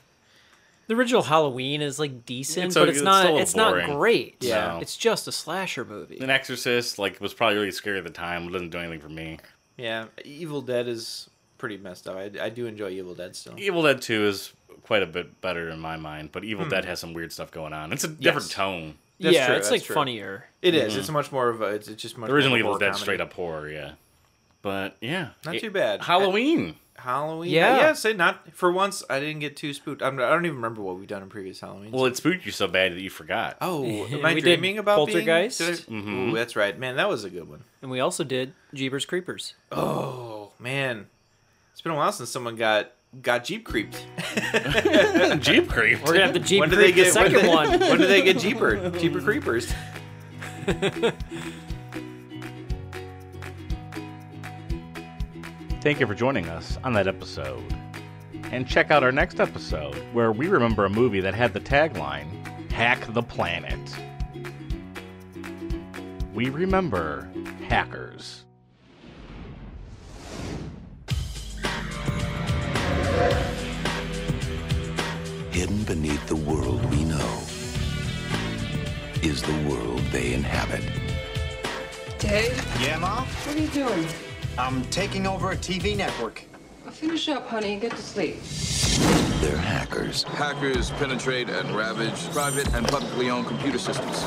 S2: The original Halloween is like decent,
S3: It's
S2: but
S3: a-
S2: it's
S3: it's
S2: not.
S3: still
S2: It's
S3: boring.
S2: not great.
S5: Yeah.
S2: It's just a slasher movie.
S3: An Exorcist like was probably really scary at the time. But doesn't do anything for me.
S5: Yeah, Evil Dead is pretty messed up. I, I do enjoy Evil Dead still.
S3: Evil Dead Two is quite a bit better in my mind, but
S5: Hmm.
S3: Evil Dead has some weird stuff going on. It's a different tone.
S5: That's
S2: yeah,
S5: true,
S2: it's
S5: that's
S2: like
S5: true.
S2: fununier.
S5: It is. It's much more of a. It's it's just much.
S3: The original Mm-hmm. Evil
S5: more horror
S3: Dead
S5: comedy.
S3: straight up horror, yeah. But yeah,
S5: Not
S3: It-
S5: too bad.
S3: Halloween.
S5: Halloween.
S2: Yeah.
S5: Yeah. Say not for once. I didn't get too spooked. I'm, I don't even remember what we've done in previous Halloween.
S3: Well, it spooked you so bad that you forgot. (laughs)
S5: Oh, am I
S2: We did
S5: dreaming about
S2: Poltergeist.
S5: Being... did I-
S3: Mm-hmm.
S5: Ooh, that's right, man. That was a good one.
S2: And we also did Jeepers Creepers.
S5: Oh man, it's been a while since someone got got Jeep creeped.
S3: (laughs) Jeep creep.
S2: We're gonna have the Jeep
S5: When do
S2: Creep
S5: they
S2: the
S5: get
S2: second (laughs)
S5: when
S2: one.
S5: they- When do they get Jeeper? Jeeper creepers.
S1: Thank you for joining us on that episode. And check out our next episode where we remember a movie that had the tagline Hack the Planet. We remember hackers.
S10: Hidden beneath the world we know is the world they inhabit.
S7: Dave,
S9: Yeah, Mom?
S7: what are you doing?
S9: I'm taking over a TV network.
S7: Finish up, honey, and get to sleep.
S10: They're hackers.
S11: Hackers penetrate and ravage private and publicly owned computer systems.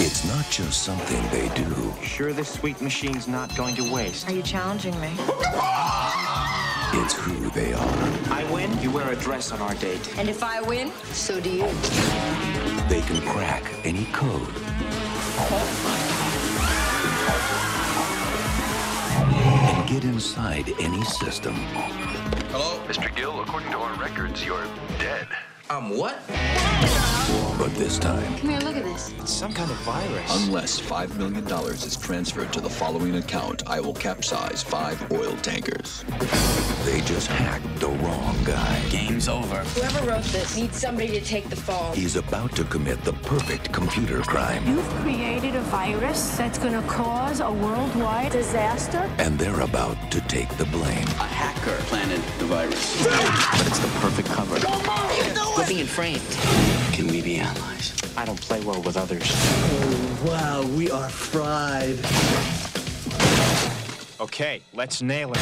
S10: It's not just something they do.
S9: Sure, this sweet machine's not going to waste.
S12: Are you challenging me?
S10: It's who they are.
S9: I win, you wear a dress on our date.
S12: And if I win,
S7: So do you.
S10: They can crack any code. And get inside any system.
S11: Hello?
S10: Mr. Gill, according to our records, you're dead.
S11: I'm what?
S10: But this time,
S7: Come here, look at this.
S9: It's some kind of virus.
S10: unless $5 million is transferred to the following account, I will capsize five oil tankers. They just hacked the wrong guy.
S9: Game's over.
S12: Whoever wrote this needs somebody to take the fall.
S10: He's about to commit the perfect computer crime,
S12: You've created a virus that's gonna cause a worldwide disaster?
S10: and they're about to take the blame.
S9: A hacker planted the virus. but it's the perfect cover. We're being framed. Can we be allies? I don't play well with others.
S13: Wow, we are fried.
S9: Okay, let's nail it.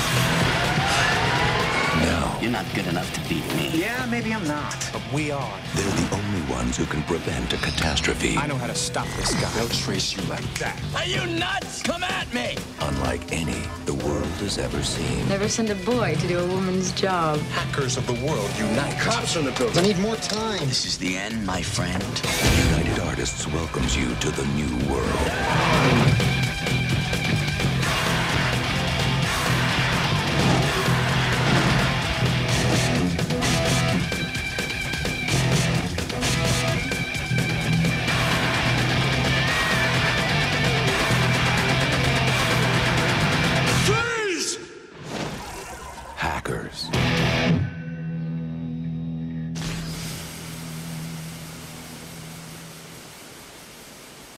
S10: Now,
S9: You're not good enough to beat me. Yeah, maybe I'm not. But we are.
S10: they're the only ones who can prevent a catastrophe,
S9: know how to stop this guy. They'll trace you like that. Are you nuts? Come at me!
S10: unlike any the world has ever seen.
S7: Never send a boy to do a woman's job.
S9: Hackers of the world unite. Cops in the building.
S13: I need more time.
S9: This is the end, my friend.
S10: United Artists welcomes you to the new world. Hackers.